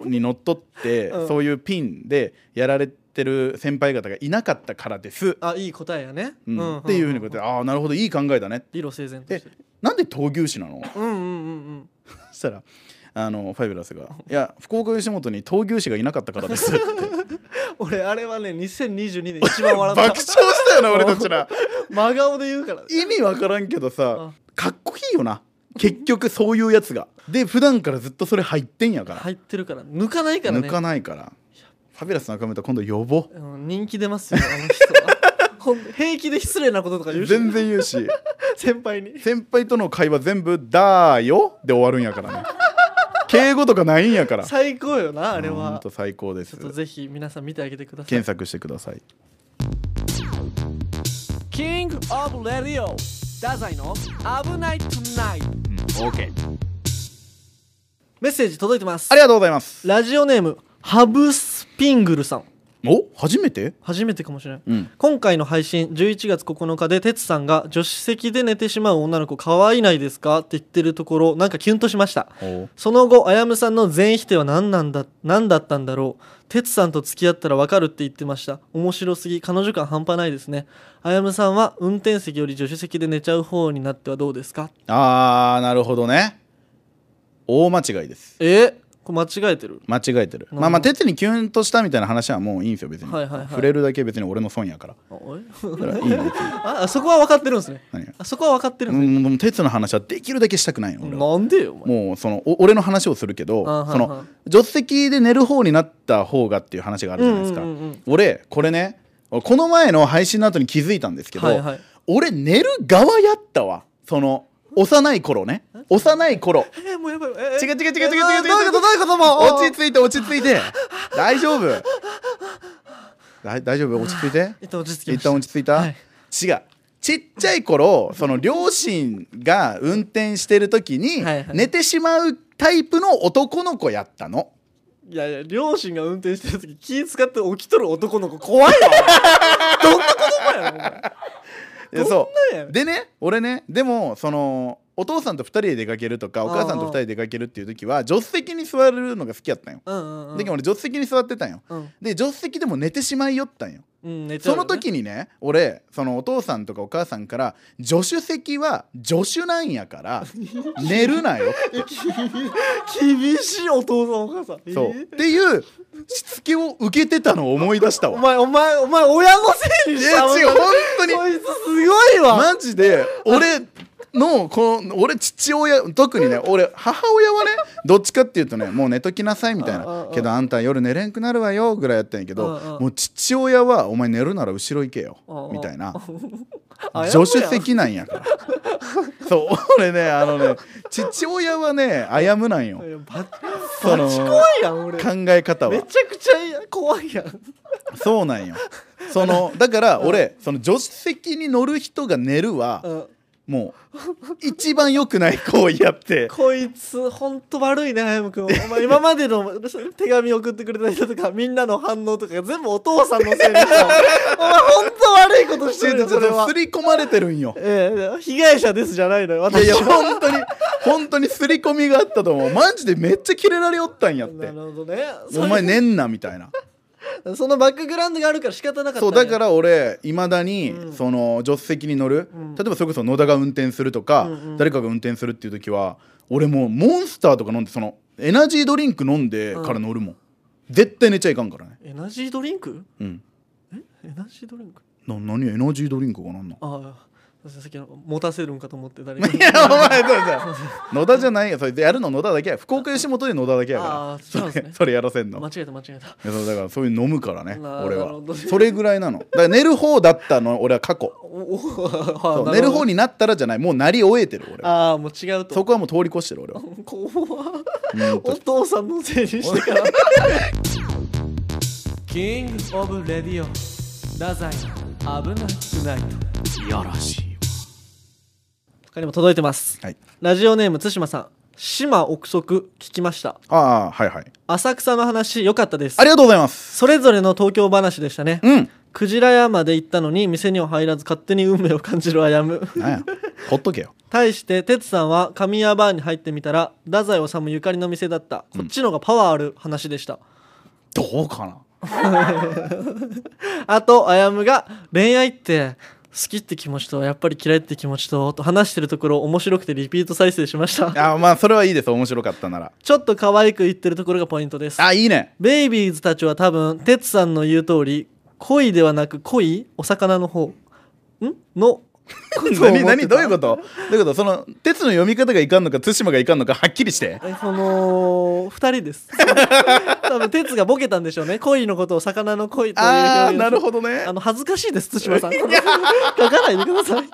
[SPEAKER 2] にのっとって、
[SPEAKER 1] うん
[SPEAKER 2] そういうピンでやられてる先輩方がいなかったからです、
[SPEAKER 1] あいい答えやね、
[SPEAKER 2] うん
[SPEAKER 1] んんん
[SPEAKER 2] っていうふうにこうやって「ああなるほどいい考えだね」
[SPEAKER 1] 理路整然としてる
[SPEAKER 2] なんで闘牛士 なの?」
[SPEAKER 1] うんうんうんうん
[SPEAKER 2] そしたらあのファイブラスが「いや福岡吉本に闘牛士がいなかったから です」って。
[SPEAKER 1] 俺あれはね2022年一番笑っ
[SPEAKER 2] 爆笑したよな俺たちら
[SPEAKER 1] た真顔で言うから
[SPEAKER 2] 意味わからんけどさかっこいいよな結局そういうやつがで普段からずっとそれ入ってんやから
[SPEAKER 1] 入ってるから抜かないからね
[SPEAKER 2] 抜かないからファビュラス中村今度呼ぼう
[SPEAKER 1] うん人気出ますよあの人はほん平気で失礼なこととか言うし
[SPEAKER 2] 全然言うし
[SPEAKER 1] 先輩に
[SPEAKER 2] 先輩との会話全部「だーよ」で終わるんやからね敬語とかないんやから
[SPEAKER 1] 最高よなあれ
[SPEAKER 2] ほん
[SPEAKER 1] は
[SPEAKER 2] と最高です
[SPEAKER 1] ちょっとぜひ皆さん見てあげてください
[SPEAKER 2] 検索してください
[SPEAKER 1] キングオブレディオダザイの危ないトゥナイト
[SPEAKER 2] OK
[SPEAKER 1] メッセージ届いてます
[SPEAKER 2] ありがとうございます
[SPEAKER 1] ラジオネームハブスピングルさん
[SPEAKER 2] お初めて
[SPEAKER 1] 初めてかもしれない、
[SPEAKER 2] うん
[SPEAKER 1] 今回の配信11月9日で哲さんが「助手席で寝てしまう女の子可愛いないですか?」って言ってるところなんかキュンとしました
[SPEAKER 2] お
[SPEAKER 1] その後あやむさんの全否定は何なんだ何だったんだろう哲さんと付き合ったら分かるって言ってました面白すぎ彼女感半端ないですねあやむさんは運転席より助手席で寝ちゃう方になってはどうですか
[SPEAKER 2] あーなるほどね大間違いです
[SPEAKER 1] えこれ間違えてる
[SPEAKER 2] 間違えてる
[SPEAKER 1] うん
[SPEAKER 2] まあまあ鉄にキュンとしたみたいな話はもういいんですよ別に、
[SPEAKER 1] はいはいはい
[SPEAKER 2] 触れるだけ別に俺の損や から
[SPEAKER 1] あおい
[SPEAKER 2] だからいいの
[SPEAKER 1] あそこは分かってるんですね
[SPEAKER 2] 何が
[SPEAKER 1] あそこは分かってる
[SPEAKER 2] うん
[SPEAKER 1] で
[SPEAKER 2] んもう鉄の話はできるだけしたくないの
[SPEAKER 1] すね
[SPEAKER 2] 俺は
[SPEAKER 1] なんでよお前
[SPEAKER 2] もうそのお俺の話をするけど
[SPEAKER 1] あはい
[SPEAKER 2] そ
[SPEAKER 1] はい
[SPEAKER 2] の助手席で寝る方になった方がっていう話があるじゃないですか、
[SPEAKER 1] うんうんうんうん
[SPEAKER 2] 俺これねこの前の配信の後に気づいたんですけど、
[SPEAKER 1] はいはい
[SPEAKER 2] 俺寝る側やったわその幼い頃ね幼い頃
[SPEAKER 1] えー、もうやばい。えー、
[SPEAKER 2] 違う違う違う違う違う違う
[SPEAKER 1] どういうことどういうこともう。
[SPEAKER 2] 落ち着いて落ち着いて大丈夫だ大丈夫落ち着いて
[SPEAKER 1] 一旦落ち着きま
[SPEAKER 2] 一
[SPEAKER 1] した。
[SPEAKER 2] 旦落ち着いた、
[SPEAKER 1] はい
[SPEAKER 2] 違うちっちゃい頃その両親が運転してる時に
[SPEAKER 1] はいはい
[SPEAKER 2] 寝てしまうタイプの男の子やったの
[SPEAKER 1] いやいや、両親が運転してる時気使って起きとる男の子怖いわ。どんな子供やろ、お前。
[SPEAKER 2] いや
[SPEAKER 1] どん
[SPEAKER 2] そ
[SPEAKER 1] なんやね
[SPEAKER 2] うんでね俺ねでもそのお父さんと2人で出かけるとかお母さんと2人で出かけるっていう時は助手席に座るのが好きやったんよ、
[SPEAKER 1] うんうんうん。
[SPEAKER 2] で俺助手席に座ってたんよ
[SPEAKER 1] うん、
[SPEAKER 2] で助手席でも寝てしまいよったんよ
[SPEAKER 1] うん、寝ちゃ
[SPEAKER 2] そう
[SPEAKER 1] よ
[SPEAKER 2] の
[SPEAKER 1] ね
[SPEAKER 2] 時にね俺そのお父さんとかお母さんから「助手席は助手なんやから 寝るなよ」
[SPEAKER 1] 厳しいお父さんお母さん。
[SPEAKER 2] そう
[SPEAKER 1] えー
[SPEAKER 2] っていうしつけを受けてたのを思い出した
[SPEAKER 1] お
[SPEAKER 2] わ。
[SPEAKER 1] 前、お前、お前、親御せいに
[SPEAKER 2] い
[SPEAKER 1] した
[SPEAKER 2] や違う本当に
[SPEAKER 1] こいつすごいわ。
[SPEAKER 2] マジで俺のこの俺父親特にね俺母親はねどっちかっていうとねもう寝ときなさいみたい
[SPEAKER 1] うんうん
[SPEAKER 2] な
[SPEAKER 1] うん
[SPEAKER 2] けどあんた夜寝れんくなるわよぐらいやったんやけ
[SPEAKER 1] うんう
[SPEAKER 2] ど
[SPEAKER 1] ん
[SPEAKER 2] もう父親はお前寝るなら後ろ行けよ
[SPEAKER 1] うんうん
[SPEAKER 2] みたいな
[SPEAKER 1] あやむ
[SPEAKER 2] 助
[SPEAKER 1] やん
[SPEAKER 2] 手席なんやから そう俺ねあのね父親はねあやむなんよ
[SPEAKER 1] いやバッ
[SPEAKER 2] その
[SPEAKER 1] バチ怖いやん俺
[SPEAKER 2] 考え方
[SPEAKER 1] め
[SPEAKER 2] は
[SPEAKER 1] ちゃくちゃいや怖いやん
[SPEAKER 2] そうなんよそのだから俺その助手席に乗る人が寝るは
[SPEAKER 1] うん
[SPEAKER 2] もう一番良くない行為やって
[SPEAKER 1] こいつほんと悪いね早山君お前今までの手紙送ってくれた人とかみんなの反応とか全部お父さんの せいでしょお前ほんと悪いことしてるよそれは
[SPEAKER 2] すり込まれてるんよ
[SPEAKER 1] ええ被害者ですじゃないのよ
[SPEAKER 2] いやい
[SPEAKER 1] 私
[SPEAKER 2] や
[SPEAKER 1] は
[SPEAKER 2] 本当に本当にすり込みがあったと思うマジでめっちゃキレられおったんやっ
[SPEAKER 1] な
[SPEAKER 2] て
[SPEAKER 1] るほどね
[SPEAKER 2] お前寝んなみたいな
[SPEAKER 1] そのバックグラウンドがあるから仕方なかった
[SPEAKER 2] そうだからら俺いまだに、
[SPEAKER 1] うん
[SPEAKER 2] その助手席に乗る、
[SPEAKER 1] うん
[SPEAKER 2] 例えばそれこそ野田が運転するとか、
[SPEAKER 1] うんうん
[SPEAKER 2] 誰かが運転するっていう時は俺もうモンスターとか飲んでそのエナジードリンク飲んでから乗るもん、絶対寝ちゃいかんからね
[SPEAKER 1] エナジードリンク
[SPEAKER 2] うん
[SPEAKER 1] エナジードリンク
[SPEAKER 2] な何エナジードリンクかなんの
[SPEAKER 1] ああさっきの持たせるんかと思って誰かに
[SPEAKER 2] いやお前そうだ野田じゃないよそれでやるの野田だけや福岡吉本で野田だけやから
[SPEAKER 1] あーそうなんですね
[SPEAKER 2] それやらせんの
[SPEAKER 1] 間違えた間違えた
[SPEAKER 2] いやそうだからそういう飲むからね
[SPEAKER 1] なな
[SPEAKER 2] 俺
[SPEAKER 1] る
[SPEAKER 2] は
[SPEAKER 1] ほ どね
[SPEAKER 2] それぐらいなのだから寝る方だったの俺は過去
[SPEAKER 1] おお
[SPEAKER 2] そう
[SPEAKER 1] そう
[SPEAKER 2] 寝る方になったらじゃないもうなり終えてる俺は
[SPEAKER 1] ああもう違うと
[SPEAKER 2] そこはもう通り越してる俺は
[SPEAKER 1] 怖っ
[SPEAKER 2] うん
[SPEAKER 1] お
[SPEAKER 2] と
[SPEAKER 1] 父さんのせいにしてから キングオブレディオ太宰危なくない
[SPEAKER 2] いやらしい
[SPEAKER 1] 他にも届いてます
[SPEAKER 2] はい
[SPEAKER 1] ラジオネーム対馬さん島憶測聞きました
[SPEAKER 2] ああはいはい
[SPEAKER 1] 浅草の話良かったです
[SPEAKER 2] ありがとうございます
[SPEAKER 1] それぞれの東京話でしたね
[SPEAKER 2] うん
[SPEAKER 1] クジラ屋まで行ったのに店には入らず勝手に運命を感じるあや む
[SPEAKER 2] なんやほっとけよ
[SPEAKER 1] 対して哲さんは神谷バーに入ってみたら太宰治ゆかりの店だったこっちのがパワーある話でした、
[SPEAKER 2] どうかな
[SPEAKER 1] あと、あやむが恋愛って好きって気持ちとやっぱり嫌いって気持ちとと話してるところ面白くてリピート再生しました。
[SPEAKER 2] あーまあそれはいいです面白かったなら
[SPEAKER 1] ちょっと可愛く言ってるところがポイントです。
[SPEAKER 2] あいいね
[SPEAKER 1] ベイビーズたちは多分、てつさんの言う通り、恋ではなく恋お魚の方。んの。
[SPEAKER 2] 何何どういうこととどういうことその鉄の読み方がいかんのか対馬がいかんのかはっきりして
[SPEAKER 1] えその二人です。 多分、てつがボケたんでしょうね。恋のことを魚の恋という表
[SPEAKER 2] ああ
[SPEAKER 1] 現を
[SPEAKER 2] なるほどね
[SPEAKER 1] あの恥ずかしいです対馬さん 書かないでください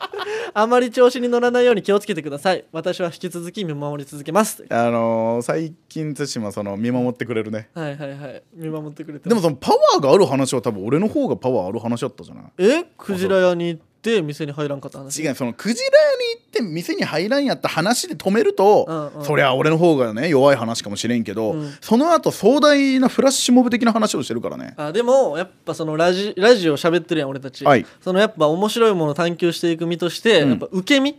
[SPEAKER 1] あまり調子に乗らないように気をつけてください私は引き続き見守り続けます
[SPEAKER 2] あのー最近対馬その見守ってくれるね
[SPEAKER 1] はいはいはい見守ってくれて
[SPEAKER 2] で
[SPEAKER 1] ま
[SPEAKER 2] も
[SPEAKER 1] す
[SPEAKER 2] そのパワーがある話は多分俺の方がパワーある話だったじゃない
[SPEAKER 1] えクジラ屋に行って店に入らんかった話
[SPEAKER 2] 違うそのクジラ屋に行って店に入らんやった話で止めると、
[SPEAKER 1] うんうん
[SPEAKER 2] そりゃ俺の方がね弱い話かもしれんけど、
[SPEAKER 1] うん
[SPEAKER 2] その後壮大なフラッシュモブ的な話をしてるからね
[SPEAKER 1] あでもやっぱそのラジラジオ喋ってるやん俺たち、
[SPEAKER 2] はい
[SPEAKER 1] そのやっぱ面白いものを探求していく身として、
[SPEAKER 2] うん
[SPEAKER 1] やっぱ受け身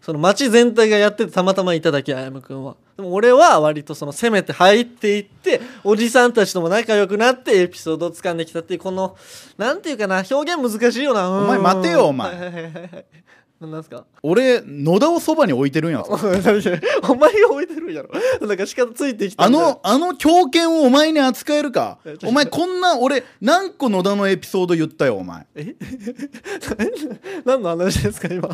[SPEAKER 1] その街全体がやっててたまたまいただけあやむくんはでも俺は割とその攻めて入っていっておじさんたちとも仲良くなってエピソードを掴んできたっていうこのなんていうかな表現難しいよなお
[SPEAKER 2] お前待てよお前
[SPEAKER 1] 何なんすか
[SPEAKER 2] 俺野田をそばに置いてるんや
[SPEAKER 1] お
[SPEAKER 2] ぞ
[SPEAKER 1] 前が置いてるんやろなんか仕方ついてきた
[SPEAKER 2] あ
[SPEAKER 1] みたいな
[SPEAKER 2] のあの狂犬をお前に扱えるか
[SPEAKER 1] えちょ
[SPEAKER 2] お前こんな俺何個野田のエピソード言ったよ お前
[SPEAKER 1] え 何の話ですか今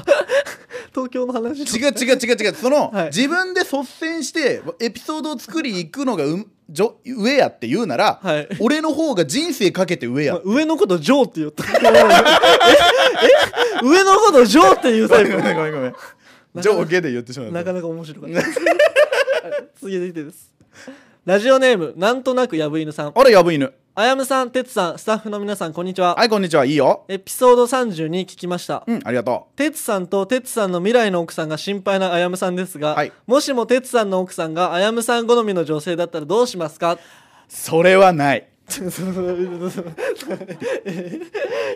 [SPEAKER 1] 東京の話
[SPEAKER 2] 違う違う違う違うその、
[SPEAKER 1] はい
[SPEAKER 2] 自分で率先してエピソードを作り行くのがうじょ上やって言うなら、
[SPEAKER 1] はい
[SPEAKER 2] 俺の方が人生かけて 上や
[SPEAKER 1] まあ上のことジョーって言ったええ上のことジョーって言うタイプ
[SPEAKER 2] めんごめんごめん
[SPEAKER 1] なかな
[SPEAKER 2] 上
[SPEAKER 1] か
[SPEAKER 2] 下で言ってしまう
[SPEAKER 1] なかなか面白かったはい続いてきてですラジオネームなんとなくやぶ犬さん
[SPEAKER 2] あらやぶ犬
[SPEAKER 1] あやむさんてつさんスタッフの皆さんこんにちは、
[SPEAKER 2] はいこんにちはいいよ
[SPEAKER 1] エピソード32聞きました
[SPEAKER 2] うんありがと
[SPEAKER 1] てつさんとてつさんの未来の奥さんが心配なあやむさんですが、
[SPEAKER 2] はい
[SPEAKER 1] もしもてつさんの奥さんがあやむさん好みの女性だったらどうしますか
[SPEAKER 2] うそれはない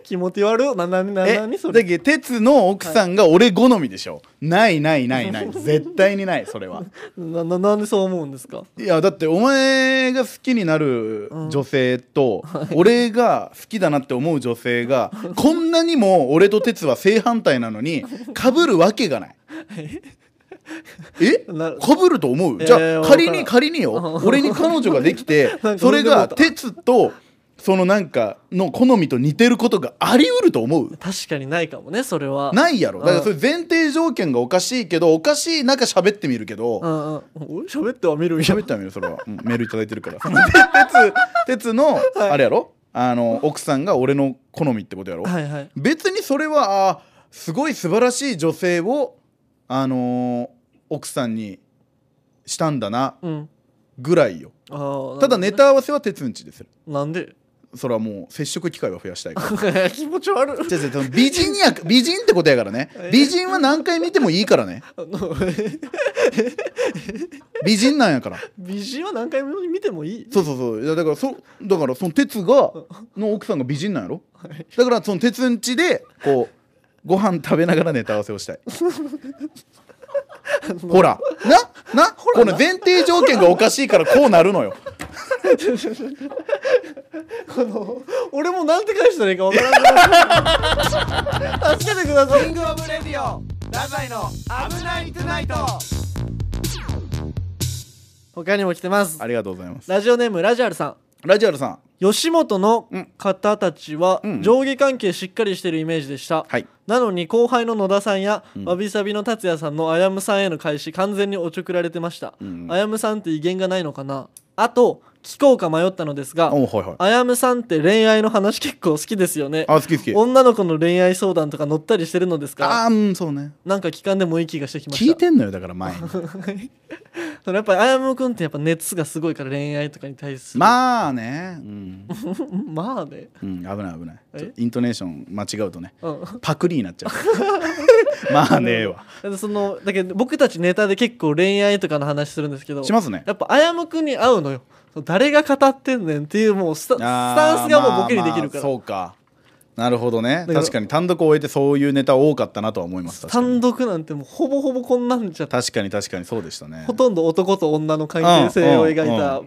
[SPEAKER 1] 気持ち悪いななな
[SPEAKER 2] え
[SPEAKER 1] 何そ
[SPEAKER 2] だ
[SPEAKER 1] れ
[SPEAKER 2] けど鉄の奥さんが俺好みでしょ、ないないないない 絶対にないそれは
[SPEAKER 1] な ななんでそう思うんですか
[SPEAKER 2] いやだってお前が好きになる女性と、俺が好きだなって思う女性がこんなにも俺と鉄は正反対な のに被るわけがないえ
[SPEAKER 1] な
[SPEAKER 2] 被ると思う、
[SPEAKER 1] えー
[SPEAKER 2] じゃあ
[SPEAKER 1] わ
[SPEAKER 2] 仮
[SPEAKER 1] から
[SPEAKER 2] に
[SPEAKER 1] ん
[SPEAKER 2] 仮によ
[SPEAKER 1] うん
[SPEAKER 2] 俺に彼女ができて
[SPEAKER 1] なんか
[SPEAKER 2] そ
[SPEAKER 1] な
[SPEAKER 2] れ
[SPEAKER 1] ん
[SPEAKER 2] が
[SPEAKER 1] か思
[SPEAKER 2] 鉄とそのなんかの好みと似てることがありうると思う
[SPEAKER 1] 確かにないかもねそれは
[SPEAKER 2] ないやろ
[SPEAKER 1] うん
[SPEAKER 2] だからそれ前提条件がおかしいけどおかしい中喋ってみるけど
[SPEAKER 1] うんうん俺喋っては見るんや
[SPEAKER 2] 喋ってはみるそれは、うんメールいただいてるから で鉄鉄のあれやろあの奥さんが俺の好みってことやろ
[SPEAKER 1] はいはい
[SPEAKER 2] 別にそれはあーすごい素晴らしい女性をあのー奥さんにしたんだな
[SPEAKER 1] うん
[SPEAKER 2] ぐらいよ
[SPEAKER 1] あー
[SPEAKER 2] ただ
[SPEAKER 1] な
[SPEAKER 2] ネ
[SPEAKER 1] るほどね
[SPEAKER 2] タ合わせは鉄んちでする
[SPEAKER 1] なんで
[SPEAKER 2] それはもう接触機会は増やした いから
[SPEAKER 1] 気持ち悪い
[SPEAKER 2] じゃじゃ美人や美人ってことやからね美人は何回見てもいいからね
[SPEAKER 1] あの
[SPEAKER 2] 美人なんやから
[SPEAKER 1] 美人は何回も見てもいい
[SPEAKER 2] そうそうそういやだからそだからその鉄がの奥さんが美人なんやろ
[SPEAKER 1] はい
[SPEAKER 2] だからその鉄んちでこうご飯食べながらネタ合わせをしたいほらななこの前提条件がおかしいからこうなるのよ
[SPEAKER 1] この俺もなんて返したらいいか分からない 助けてください他にも来てます
[SPEAKER 2] ありがとうございます
[SPEAKER 1] ラジオネームラジアルさん
[SPEAKER 2] ラジアルさん
[SPEAKER 1] 吉本の方たちは
[SPEAKER 2] うん
[SPEAKER 1] 上下関係しっかりしてるイメージでした、
[SPEAKER 2] はい
[SPEAKER 1] なのに後輩の野田さんや、わびさびの達也さんのあやむさんへの返し完全におちょくられてました、
[SPEAKER 2] うん
[SPEAKER 1] あやむさんって威厳がないのかなあと聞こうか迷ったのですが
[SPEAKER 2] おうはいはい
[SPEAKER 1] あやむさんって恋愛の話結構好きですよね
[SPEAKER 2] あ好き好き
[SPEAKER 1] 女の子の恋愛相談とか乗ったりしてるのですか
[SPEAKER 2] あーうんそうね
[SPEAKER 1] なんか聞かんでもいい気がしてきまし
[SPEAKER 2] 聞
[SPEAKER 1] た
[SPEAKER 2] いてんのよだから前に
[SPEAKER 1] そのやっぱりあやむくんってやっぱ熱がすごいから恋愛とかに対するあ
[SPEAKER 2] まあねうん、
[SPEAKER 1] まあね
[SPEAKER 2] うん、危ない危ないちょ
[SPEAKER 1] え
[SPEAKER 2] イントネーション間違うとね
[SPEAKER 1] うん
[SPEAKER 2] パクリになっちゃう まあねえわ
[SPEAKER 1] だってそのだけど僕たちネタで結構恋愛とかの話するんですけど
[SPEAKER 2] しますね
[SPEAKER 1] やっぱあやむくんに会うのよ誰が語ってんねんっていうもうスタス
[SPEAKER 2] あー
[SPEAKER 1] タンスがもうボケにできるか
[SPEAKER 2] まあまあ
[SPEAKER 1] ら
[SPEAKER 2] そうかなるほどね
[SPEAKER 1] だから
[SPEAKER 2] 確かに単独を終えてそういうネタ多かったなとは思います確かに
[SPEAKER 1] 単独なんてもうほぼほぼこんなんじゃ
[SPEAKER 2] 確かに確かにそうでしたね
[SPEAKER 1] ほとんど男と女の関係性を描いた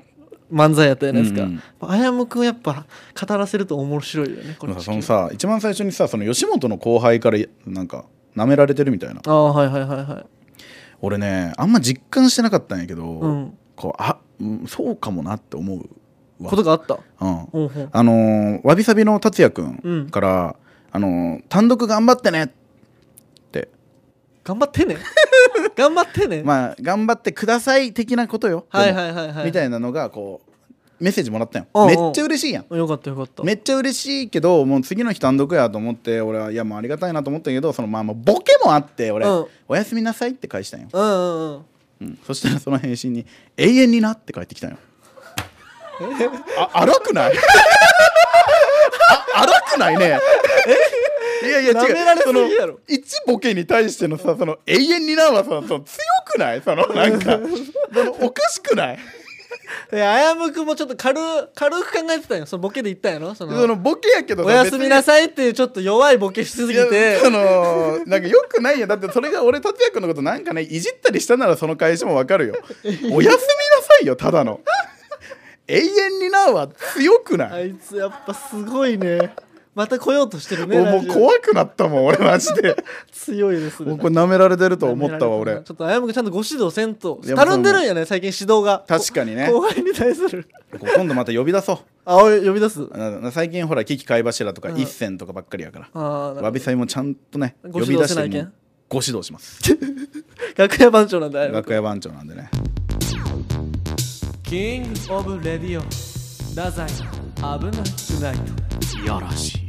[SPEAKER 1] 漫才やったじゃないです
[SPEAKER 2] うん
[SPEAKER 1] かあやむくんやっぱ語らせると面白いよねこ
[SPEAKER 2] で
[SPEAKER 1] れ
[SPEAKER 2] もさそのさ一番最初にさその吉本の後輩からなんか舐められてるみたいな
[SPEAKER 1] ああはいはいはいはい
[SPEAKER 2] 俺ねあんま実感してなかったんやけど、
[SPEAKER 1] うん
[SPEAKER 2] こうあ、うん、そうかもなって思うわ
[SPEAKER 1] ことがあった
[SPEAKER 2] うん、
[SPEAKER 1] うんうん
[SPEAKER 2] あのーわびさびの達也く
[SPEAKER 1] うんん
[SPEAKER 2] から、あのー単独頑張ってねって
[SPEAKER 1] 頑張 ってね頑張ってね
[SPEAKER 2] まあ頑張ってください的なことよ、
[SPEAKER 1] はい
[SPEAKER 2] でも
[SPEAKER 1] はいはいはい
[SPEAKER 2] みたいなのがこうメッセージもらったよ
[SPEAKER 1] おうおう
[SPEAKER 2] めっちゃ嬉しいやん
[SPEAKER 1] よかったよかった
[SPEAKER 2] めっちゃ嬉しいけどもう次の日単独やと思って俺はいやもうありがたいなと思ったけどそのまあまあボケもあって俺、
[SPEAKER 1] うん
[SPEAKER 2] おやすみなさいって返したんよ、
[SPEAKER 1] うんうんうん
[SPEAKER 2] うんそしたらその返信に「永遠にな」って返ってきたんよあ荒くないあ荒くないねいやいや違う
[SPEAKER 1] 舐められす
[SPEAKER 2] そ
[SPEAKER 1] ぎ
[SPEAKER 2] の
[SPEAKER 1] やろ
[SPEAKER 2] 一ボケに対してのさその永遠になはさその強くないそのなん かそのおかしくない
[SPEAKER 1] であやむくんもちょっと軽軽く考えてたんよそのボケで言ったんやろその
[SPEAKER 2] そのボケやけどさ
[SPEAKER 1] おやすみな
[SPEAKER 2] 別
[SPEAKER 1] さいっていうちょっと弱いボケしすぎ
[SPEAKER 2] にい
[SPEAKER 1] て
[SPEAKER 2] やそのなんかよくないやだってそれが俺達也君のことなんかねいじったりしたならその返しもわかるよおやすみなさいよただの永遠になは強くない、
[SPEAKER 1] あいつやっぱすごいねまた来ようとしてるね
[SPEAKER 2] もうも
[SPEAKER 1] ラ
[SPEAKER 2] う
[SPEAKER 1] ジオ
[SPEAKER 2] 怖くなったもん俺マ ジで
[SPEAKER 1] 強いですね
[SPEAKER 2] もうこれ舐められてると思ったわ
[SPEAKER 1] 舐められてるな
[SPEAKER 2] 俺
[SPEAKER 1] ちょっとあやむくんちゃんとご指導せんと
[SPEAKER 2] いやもう
[SPEAKER 1] 頼んでるんやね最近指導が
[SPEAKER 2] 確かにね
[SPEAKER 1] 後輩に対する
[SPEAKER 2] こう今度また呼び出そう
[SPEAKER 1] あおい呼び出す
[SPEAKER 2] あの最近ほら危機貝柱とか
[SPEAKER 1] うん
[SPEAKER 2] 一銭とかばっかりやから、
[SPEAKER 1] ああ
[SPEAKER 2] わびさびもちゃんとね
[SPEAKER 1] ご
[SPEAKER 2] 呼
[SPEAKER 1] 指
[SPEAKER 2] び出
[SPEAKER 1] 導
[SPEAKER 2] し
[SPEAKER 1] せ
[SPEAKER 2] て
[SPEAKER 1] ないけん
[SPEAKER 2] もうご指導します
[SPEAKER 1] 楽屋番長なんだあやむ
[SPEAKER 2] 楽屋番長なんでね
[SPEAKER 1] キングオブレディオ太宰危なくないと
[SPEAKER 2] いやらしい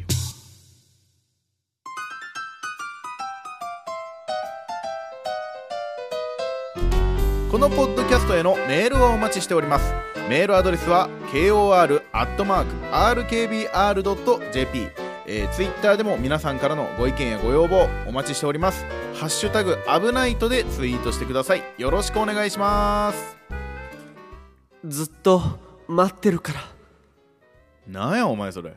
[SPEAKER 2] このポッドキャストへのメールをお待ちしておりますメールアドレスは kor.rkbr.jp えー、ツイッターでも皆さんからのご意見やご要望お待ちしておりますハッシュタグ危ないとでツイートしてくださいよろしくお願いします
[SPEAKER 1] ずっと待ってるから
[SPEAKER 2] なんやお前それ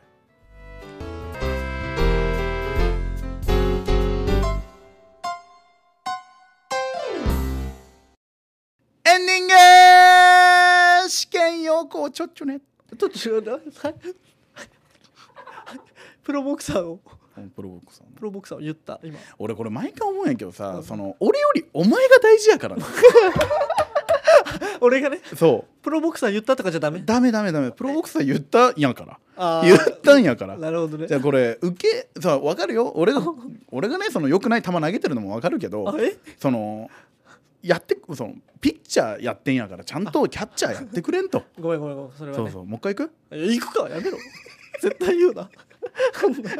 [SPEAKER 2] エンディング試験要項ちょっちゅね
[SPEAKER 1] ちょっと違うなはいプロボクサーを
[SPEAKER 2] プロボックさん
[SPEAKER 1] プロボクサーを言った今
[SPEAKER 2] 俺これ毎回思うんやけどさ、その俺よりお前が大事やからな
[SPEAKER 1] 俺がね
[SPEAKER 2] そ
[SPEAKER 1] プロボクサー言ったとかじゃダメ
[SPEAKER 2] うダメダメダメプロボックさん言ったんやから
[SPEAKER 1] あー
[SPEAKER 2] 言ったんやから
[SPEAKER 1] なるほどね
[SPEAKER 2] じゃあこれ受けさ分かる よ俺が俺がねその良くない球投げてるのも分かるけ
[SPEAKER 1] あ
[SPEAKER 2] ど
[SPEAKER 1] え
[SPEAKER 2] そのやってそのピッチャーやってんやからちゃんとキャッチャーやってくれんと
[SPEAKER 1] ごめんごめんごめんそれは
[SPEAKER 2] そう
[SPEAKER 1] ね
[SPEAKER 2] そうもう一回行く
[SPEAKER 1] いや行くかやめろ絶対言うな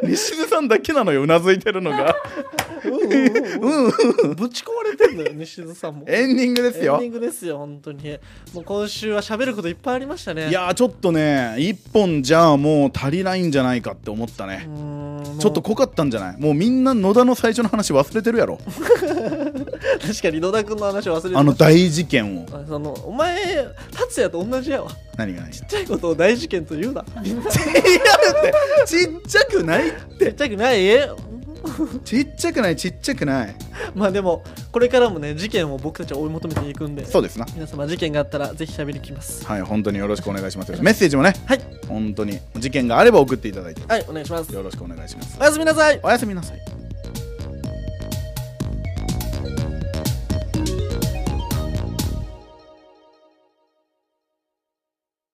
[SPEAKER 2] 西津さんだけなのようなずいてるのが
[SPEAKER 1] うんうんうんうんぶち込まれてんのよ西津さんも
[SPEAKER 2] エンディングです
[SPEAKER 1] エン
[SPEAKER 2] よ
[SPEAKER 1] ディングですよ本当にもう今週は喋ることいっぱいありましたね
[SPEAKER 2] いやーちょっとね一本じゃあもう足りないんじゃないかって思ったね、
[SPEAKER 1] うーん
[SPEAKER 2] ちょっ
[SPEAKER 1] も
[SPEAKER 2] と濃かったんじゃないもうみんな野田の最初の話忘れてるやろ
[SPEAKER 1] う確かに野田君の話忘れてた
[SPEAKER 2] あの大事件を
[SPEAKER 1] あそのお前達也と同じやわちっ
[SPEAKER 2] 何が何が
[SPEAKER 1] ちゃいことを大事件と言うなみんなち
[SPEAKER 2] いやだって ちっちゃくない
[SPEAKER 1] っちゃくないえ
[SPEAKER 2] ちっちゃくないちっちゃくない
[SPEAKER 1] まあでもこれからもね事件を僕たちは追い求めていくんで
[SPEAKER 2] そうですな
[SPEAKER 1] 皆様事件があったらぜひ喋りに来ます
[SPEAKER 2] はい本当によろしくお願いしますメッセージもね
[SPEAKER 1] はい
[SPEAKER 2] 本当に事件があれば送っていただいて
[SPEAKER 1] はいお願いします
[SPEAKER 2] よろしくお願いします
[SPEAKER 1] おやすみなさい
[SPEAKER 2] おやすみなさい